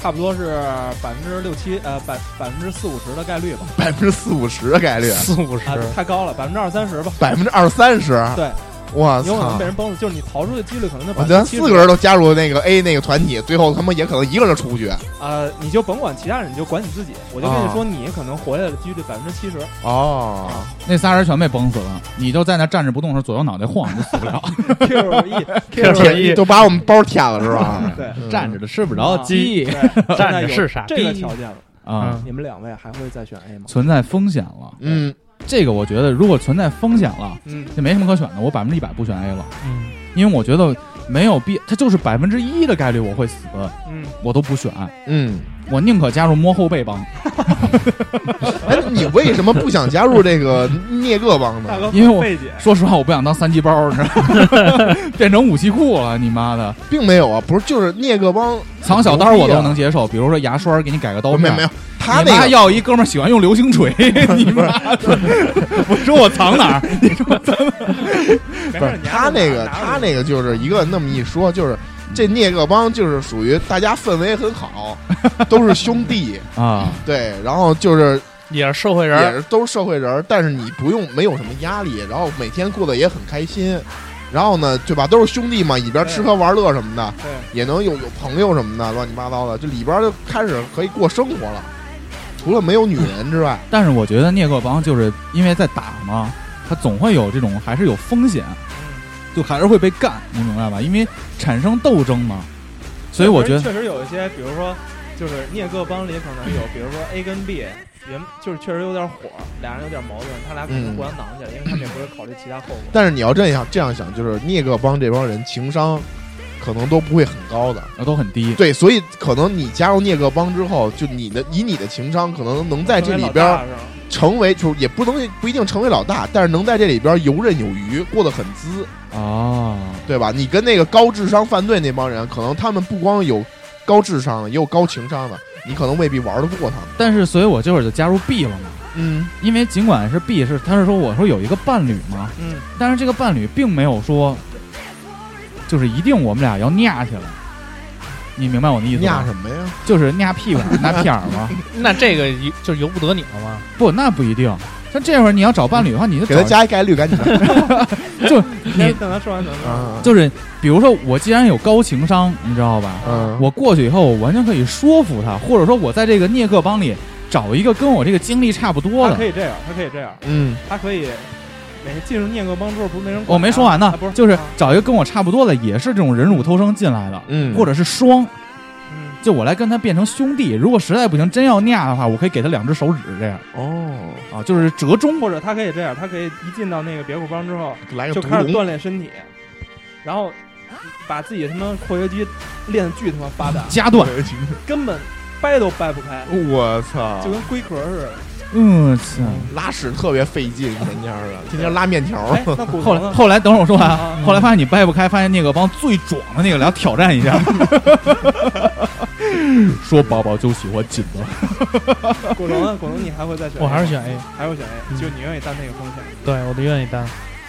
D: 差不多是百分之六七呃百百分之四五十的概率吧，
C: 百分之四五十的概率，
E: 四五十
D: 啊，太高了，百分之二三十吧，
C: 百分之二三十。
D: 对，
C: 我
D: 有可能
C: 操
D: 被！人崩死，就是你逃出的几率可能就百
C: 我
D: 分
C: 咱
D: 之七
C: 四个人都加入那个 A 那个团体，最后他妈也可能一个人出去。
D: 呃，你就甭管其他人，你就管你自己，我就跟你
C: 啊
D: 说，你可能活下来的几率百分之七 十，
C: 哦
B: 那仨人全被崩死了，你就在那站着不动的时候左右脑袋晃，你就死不了，
D: Q E Q
C: 舔就把我们包舔了 是吧？
D: 对，
C: 嗯
B: 的吃不
D: 着鸡，啊对
E: 站
D: 现
E: 着
D: 在有
E: 嗯是傻
D: 这个
E: 逼
D: 条件了，
B: 啊
E: 嗯，
D: 你们两位还会再选 A 吗？
B: 存在风险了。
C: 嗯，
B: 这个我觉得，如果存在风险了，
D: 嗯，
B: 就没什么可选的，我百分之一百不选 A 了，
E: 嗯
B: 因为我觉得没有必，它就是百分之一的概率我会死，
D: 嗯，
B: 我都不选，
C: 嗯，
B: 我宁可加入摸后背帮。
C: 哎，你为什么不想加入这个聂各帮
D: 大
C: 呢？
D: 哥，
B: 因为我
D: 费解，
B: 说实话，我不想当三级包，你知道吗？ 变成武器库了，你妈的！
C: 并没有啊，不是，就是聂各帮哦
B: 藏小刀我都能接受，比如说牙刷给你改个刀
C: 没
B: 片，
C: 有没有，他
B: 你
C: 那
B: 妈
C: 个
B: 要一哥们儿喜欢用流星 锤，你妈的！我说我藏哪儿？你说
D: 没事，你
C: 他
D: 还
C: 那
D: 是
C: 个
D: 拿
C: 他
D: 拿着
C: 那个就是一个那么一说，就是这聂各帮就是属于大家氛围很好，都是兄 弟，
B: 啊，
C: 对，然后就是
E: 也是社会人
C: 也
E: 儿，
C: 是都是社会人儿，但是你不用没有什么压力，然后每天过得也很开心。然后呢，对吧？都是兄弟嘛，一边吃喝玩乐什么的，
D: 对
C: 也能有有朋友什么的，乱七八糟的，这里边就开始可以过生活了。除了没有女人之外，
B: 但是我觉得聂克帮就是因为在打嘛，他总会有这种还是有风险，就还是会被干，你明白吧？因为产生斗争嘛，所以我觉得
D: 确实有一些，比如说，就是聂各帮里可能有，比如说 A 跟 B，也就是确实有点火，俩人有点矛盾，他俩可能互相挡起来，因为他们也不会考虑其他后果。
C: 嗯但是你要这样这样想，就是聂各帮这帮人情商可能都不会很高的，
B: 呃都很低。
C: 对，所以可能你加入聂各帮之后，就你的以你的情商，可能能在这里边儿成为，就是也不能不一定成为老大，但是能在这里边儿游刃有余，过得很滋，
B: 哦，
C: 对吧？你跟那个高智商犯罪那帮人，可能他们不光有高智商的，也有高情商的，你可能未必玩得过他们。
B: 但是所以我这会儿就加入 B 了嘛。
C: 嗯
B: 因为尽管是 B 是，他是说我说有一个伴侣嘛，
D: 嗯，
B: 但是这个伴侣并没有说，就是一定我们俩要俩起来，你明白我的意思
C: 压
B: 吗？
C: 什么呀？
B: 就是俩屁股， 俩屁眼儿吗？
E: 那这个由就由不得你了吗？
B: 不，那不一定。像这会儿你要找伴侣的话，你就
C: 给他
B: 找，
C: 加一概率，赶紧的。
D: 你
B: 你
D: 等他说完，等他说完。
C: 嗯
B: 就是比如说我既然有高情商，你知道吧？
C: 嗯，
B: 我过去以后，我完全可以说服他，或者说我在这个聂克帮里找一个跟我这个经历差不多
D: 啊他可
B: 的。
D: 以这样，他可以这样，
C: 嗯
D: 他可以每进入聂各帮之后，不是没人管他。
B: 我没说完呢
D: 啊不是，，
B: 就是
D: 啊
B: 找一个跟我差不多的，也是这种忍辱偷生进来的，
C: 嗯，
B: 或者是双，
D: 嗯，
B: 就我来跟他变成兄弟。如果实在不行，真要那的话，我可以给他两只手指这样
C: 哦，
B: 啊，就是折中。
D: 或者
E: 哎
D: 他可以这样，他可以一进到那个别库帮之后，
C: 来个
D: 就
C: 独
D: 开始
C: 龙
D: 锻炼身体，然后把自己他妈括约肌练得巨他妈发达，
B: 夹断，
D: 根本掰都掰不开，
C: 我操
D: 就，跟龟壳似的。
B: 嗯，操。
C: 拉屎特别费劲，天天儿的，天天拉面条
E: 哦
C: 儿。
D: 哎，那 骨
B: 后
D: 头
B: 来，
D: 呢？
B: 后来，等会儿我说完啊。
D: 嗯
B: 后来发现你掰不开，发现那个帮最壮的那个来挑战一下，说宝宝就喜欢紧的。
D: 骨头呢？骨头你还会再选？
E: 我还是选嗯 A，
D: 还会选 A，就你愿意担那个风险。
E: 对我都愿意担。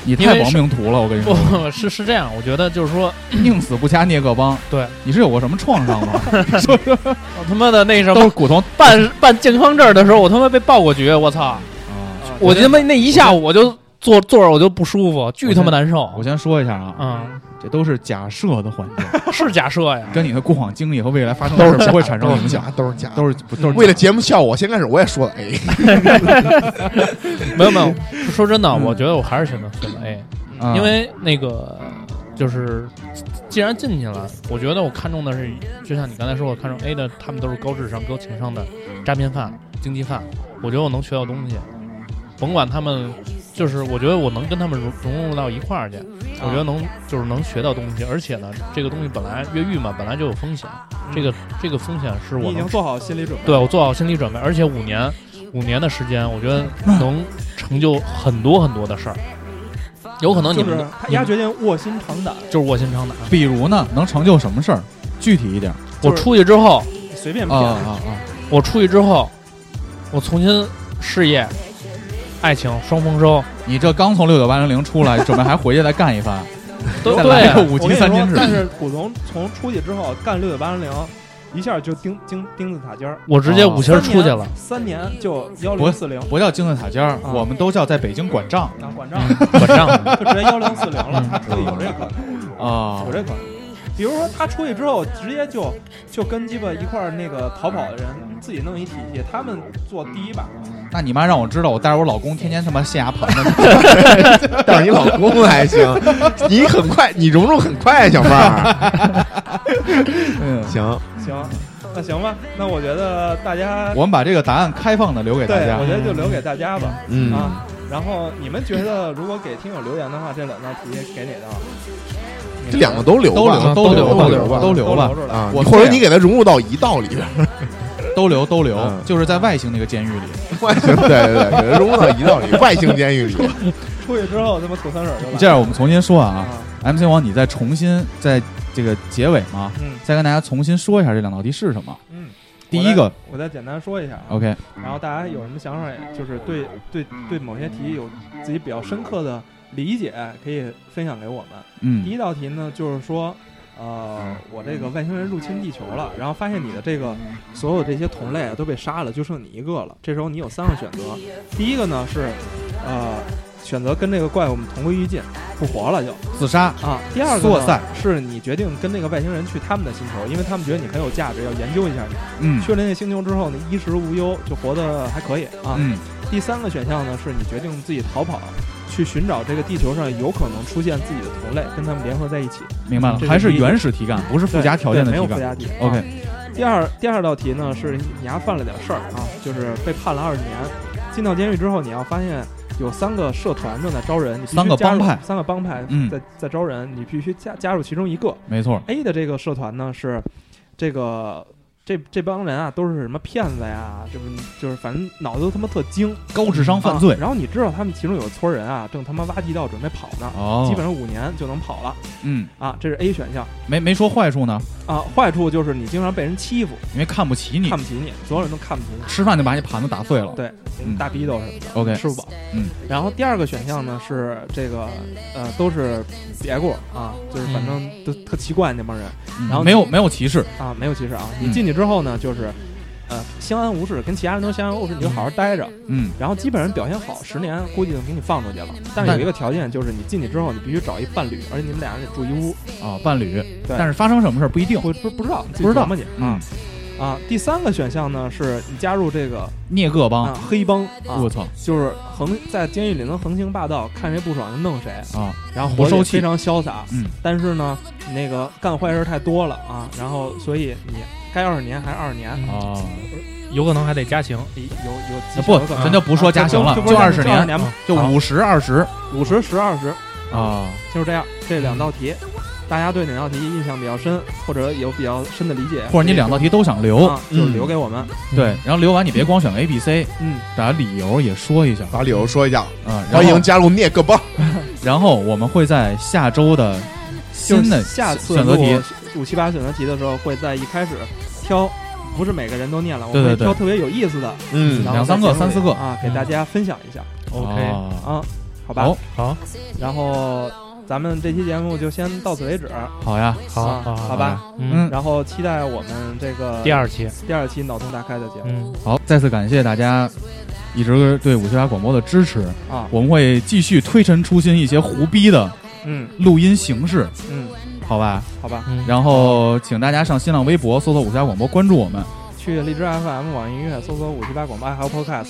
B: 你太亡命徒了，我跟你说，
E: 不 是是这样，我觉得就是说，
B: 宁死不掐聂各帮。
E: 对
B: 你是有过什么创伤吗？
E: 我他妈的那什
B: 都是
E: 么
B: 骨头
E: 办办健康证的时候，我他妈被报过局，我操！
D: 嗯
B: 啊！
E: 我他妈那一下午我就坐坐着我就不舒服，
B: 我
E: 巨
B: 先
E: 他妈难受。
B: 我先说一下啊，
E: 嗯，
B: 这都是假设的环境，
E: 是假设呀，
B: 跟你的过往经历和未来发生的事儿不会产生影响，
C: 都是假的。
B: 嗯都是不都是
C: 为了节目效果，先开始我也说了，哎，
E: 没有没有。说真的，我觉得我还是选择哎选择 A，
B: 啊
E: 因为那个就是既然进去了，我觉得我看中的是，就像你刚才说，我看中 A 的，他们都是高智商、高情商的诈骗犯、经济犯，我觉得我能学到东西，甭管他们。就是我觉得我能跟他们融融入到一块儿去，我觉得能就是能学到东西，而且呢，这个东西本来越狱嘛，本来就有风险，这个这个风险是
D: 你
E: 我
D: 已
E: 能
D: 经做好心理准备。
E: 对我做好心理准备，而且五年五年的时间，我觉得能成就很多很多的事儿。有可能你
D: 就
E: 们
D: 是他丫决定卧薪尝胆，
E: 就是卧薪尝胆。
B: 比如呢，能成就什么事儿？具体一点
E: 我出去之后，
D: 随便
B: 啊
D: 骗。
B: 啊啊！
E: 我出去之后，我重新事业、爱情双丰收，
B: 你这刚从六九八零零出来，准备还回去再干一番，
E: 都
B: 再来个
E: 对
B: 五
D: 啊我
B: 级
D: 跟你
B: 三
D: 说
B: 千，制。
D: 但是古潼从出去之后干六九八零零，一下就钉钉钉子塔尖儿，
E: 我直接五星儿出去了。
D: 三年就幺
B: 不
D: 零四零
B: 不叫金字塔尖儿，
D: 啊
B: 我们都叫在北京管账
D: 啊，管账
E: 管账，
D: 就直接幺零四零了
B: 嗯。
D: 他出去有这可能，
B: 啊
D: 有。这可能。比如说他出去之后，直接就就跟鸡巴一块儿那个逃跑的人自己弄一体系，他们做第一把，
B: 那你妈让我知道，我带着我老公天天他妈卸牙盘子，
C: 但是你老公还行， 你很快，你融入很快，小妹儿。
B: 嗯，
C: 行，
D: 行，那行吧，那我觉得大家，
B: 我们把这个答案开放的留给大
D: 对
B: 家
D: 我觉。得就留给大家吧。
C: 嗯，
D: 啊，然后你们觉得如果给听友留言的话，这两道题给哪道？你
C: 这两个都留吧
E: 都
B: 都留，留，
E: 留
B: 都
E: 吧
B: 留吧，
C: 都
B: 都
D: 留
B: 留吧，
D: 出来
C: 啊，
B: 我
C: 或者你给他融入到一道里 边儿，
B: 都留，都留，
C: 嗯
B: 就是在外星那个监狱里。
D: 嗯
C: 外星对对对，给他融入到一道里， 外星监狱里。
D: 出去之后他妈吐酸水就来了。
B: 这样，我们重新说啊
D: 啊，
B: ，MC 王，你再重新在这个结尾嘛，
D: 嗯
B: 再跟大家重新说一下这两道题是什么。
D: 嗯，
B: 第一个
D: 我再我再简单说一下啊，
B: ，OK，
D: 然后大家有什么想法，就是对对对某些题有自己比较深刻的理解，可以分享给我们。
B: 嗯
D: 第一道题呢，就是说，呃，我这个外星人入侵地球了，然后发现你的这个所有这些同类啊都被杀了，就剩你一个了。这时候你有三个选择，第一个呢是，呃，选择跟这个怪物们同归于尽，不活了就
B: 自杀，
D: 啊。第二个
B: 作
D: 呢
B: 散
D: 是你决定跟那个外星人去他们的星球，因为他们觉得你很有价值，要研究一下你。
B: 嗯
D: 去了那个星球之后呢，衣食无忧，就活得还可以啊。
B: 嗯
D: 第三个选项呢，是你决定自己逃跑，去寻找这个地球上有可能出现自己的同类，跟他们联合在一起。
B: 明白了，
D: 这是
B: 还是
D: 第一个
B: 原始题干，不是附
D: 对
B: 加条件的
D: 对没有
B: 题
D: 附
B: 干。
D: 加题。
B: OK，
D: 啊第二第二道题呢，是你还犯了点事儿啊，就是被判了二十年。进到监狱之后，你要发现有三个社团正在招人，你必须
B: 三个
D: 加入
B: 帮派
D: 三个帮派
B: 嗯
D: 在在招人，你必须加加入其中一个。
B: 没错，
D: A 的这个社团呢是这个。这这帮人啊，都是什么骗子呀？这不就是反正脑子都他妈特精，
B: 高智商犯罪
D: 啊。。然后你知道他们其中有村人啊，正他妈挖地道准备跑呢，
B: 哦，
D: 基本上五年就能跑了
B: 嗯，
D: 啊。这是 A 选项
B: 没没说坏处呢，
D: 啊，坏处就是你经常被人欺负，
B: 因为看不起你
D: 看，不起你，所有人都看不起你，
B: 吃饭就把你盘子打碎了。
D: 对，
B: 嗯
D: 大逼斗什么的
B: OK
D: 吃不饱。
B: 嗯，
D: 然后第二个选项呢是这个，呃，都是别过啊，就是反正都特奇怪那帮人
B: 嗯
D: 然后
B: 没有没有歧视，
D: 啊，没有歧视啊。
B: 嗯
D: 你进去之后呢，就是。呃，相安无事，跟其他人都相安无事，你就好好待着。
B: 嗯，
D: 然后基本上表现好，十年估计就给你放出去了。但是
B: 但
D: 有一个条件，就是你进去之后，你必须找一伴侣，而且你们俩人得住一屋。
B: 啊，伴侣，但是发生什么事儿不一定。
D: 不不不知道，
B: 不知道
D: 吗？你
B: 嗯，
D: 啊，第三个选项呢，是你加入这个
B: 聂各帮
D: 啊，黑帮啊
B: 我，操
D: 就是横在监狱里能横行霸道，看谁不爽就弄谁，
B: 啊，
D: 然后
B: 不
D: 活
B: 受
D: 得
B: 气
D: 非常潇洒。
B: 嗯，
D: 但是呢，那个干坏事太多了啊，然后所以你该二十年还是二十年，
B: 啊，
E: 哦有可能还得加刑。
D: 哎有有
B: 那
D: 有
B: 不
D: 几十个
B: 咱就不说
D: 啊
B: 加
D: 就
B: 刑了
D: 就
B: 就
D: 二
B: 20年
D: 年吧，
B: 就
D: 啊
B: 五十二十
D: 五十十二十，
B: 啊，
D: 就是这样。这两道题，大家对哪道题印象比较深，或者有比较深的理解，
B: 或者你两道题哦嗯都想留，
D: 啊，就留给我们。
B: 对，然后留完你别光选 A、B、C，
D: 嗯，
B: 把理由也说一下
C: 把理由说一下，
B: 啊。然后
C: 欢迎加入聂各帮。
B: 然后我们会在下周的
D: 就
B: 新
D: 是
B: 的
D: 下次
B: 选择题
D: 录五七八选择题的时候，会在一开始挑，不是每个人都念了，我
B: 对
D: 们
B: 对
D: 会
B: 对
D: 挑特别有意思的，
C: 嗯
D: 然后
B: 两三
D: 在
B: 个
D: 节目
B: 三
D: 里
B: 四个
D: 啊，给大家分享一下
E: 嗯，OK，
B: 啊
D: 啊，好吧
B: 好，
E: 好，
D: 然后咱们这期节目就先到此为止，
B: 好呀，
E: 好，
D: 啊
E: 好，
D: 好吧，
E: 嗯，
D: 然后期待我们这个
E: 第二期，
D: 第二期脑洞大开的节目
E: 嗯，
B: 好，再次感谢大家一直对五七八广播的支持，
D: 啊，
B: 嗯我们会继续推陈出新一些胡逼的
D: 嗯
B: 录音形式，
D: 嗯，
B: 好吧？
D: 好吧，
E: 嗯，
B: 然后请大家上新浪微博搜索五七八广播，关注我们。
D: 去荔枝 FM、网易音乐搜索五七八广播，哎还有 Podcast，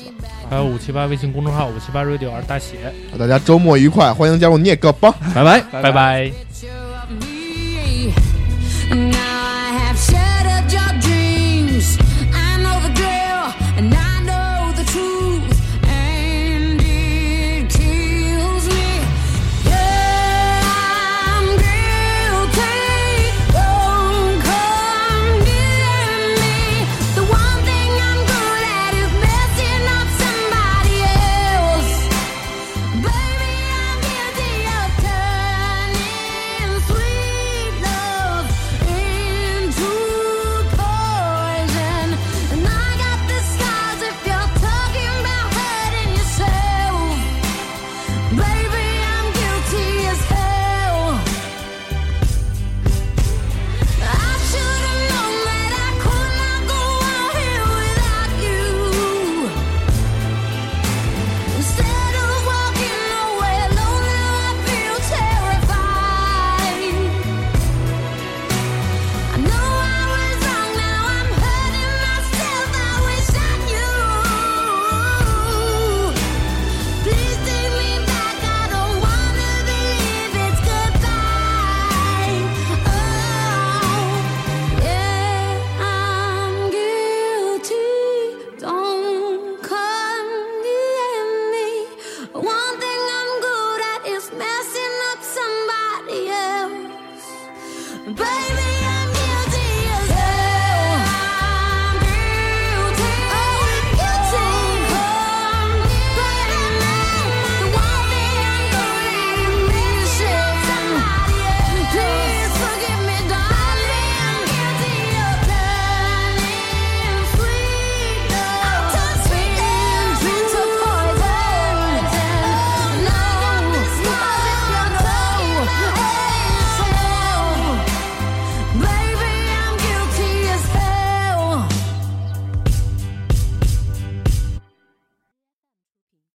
E: 还有五七八微信公众号五七八 radio 二大写，
C: 大家周末愉快，欢迎加入聂各帮。
B: 拜拜。
D: 拜
E: 拜拜。
G: you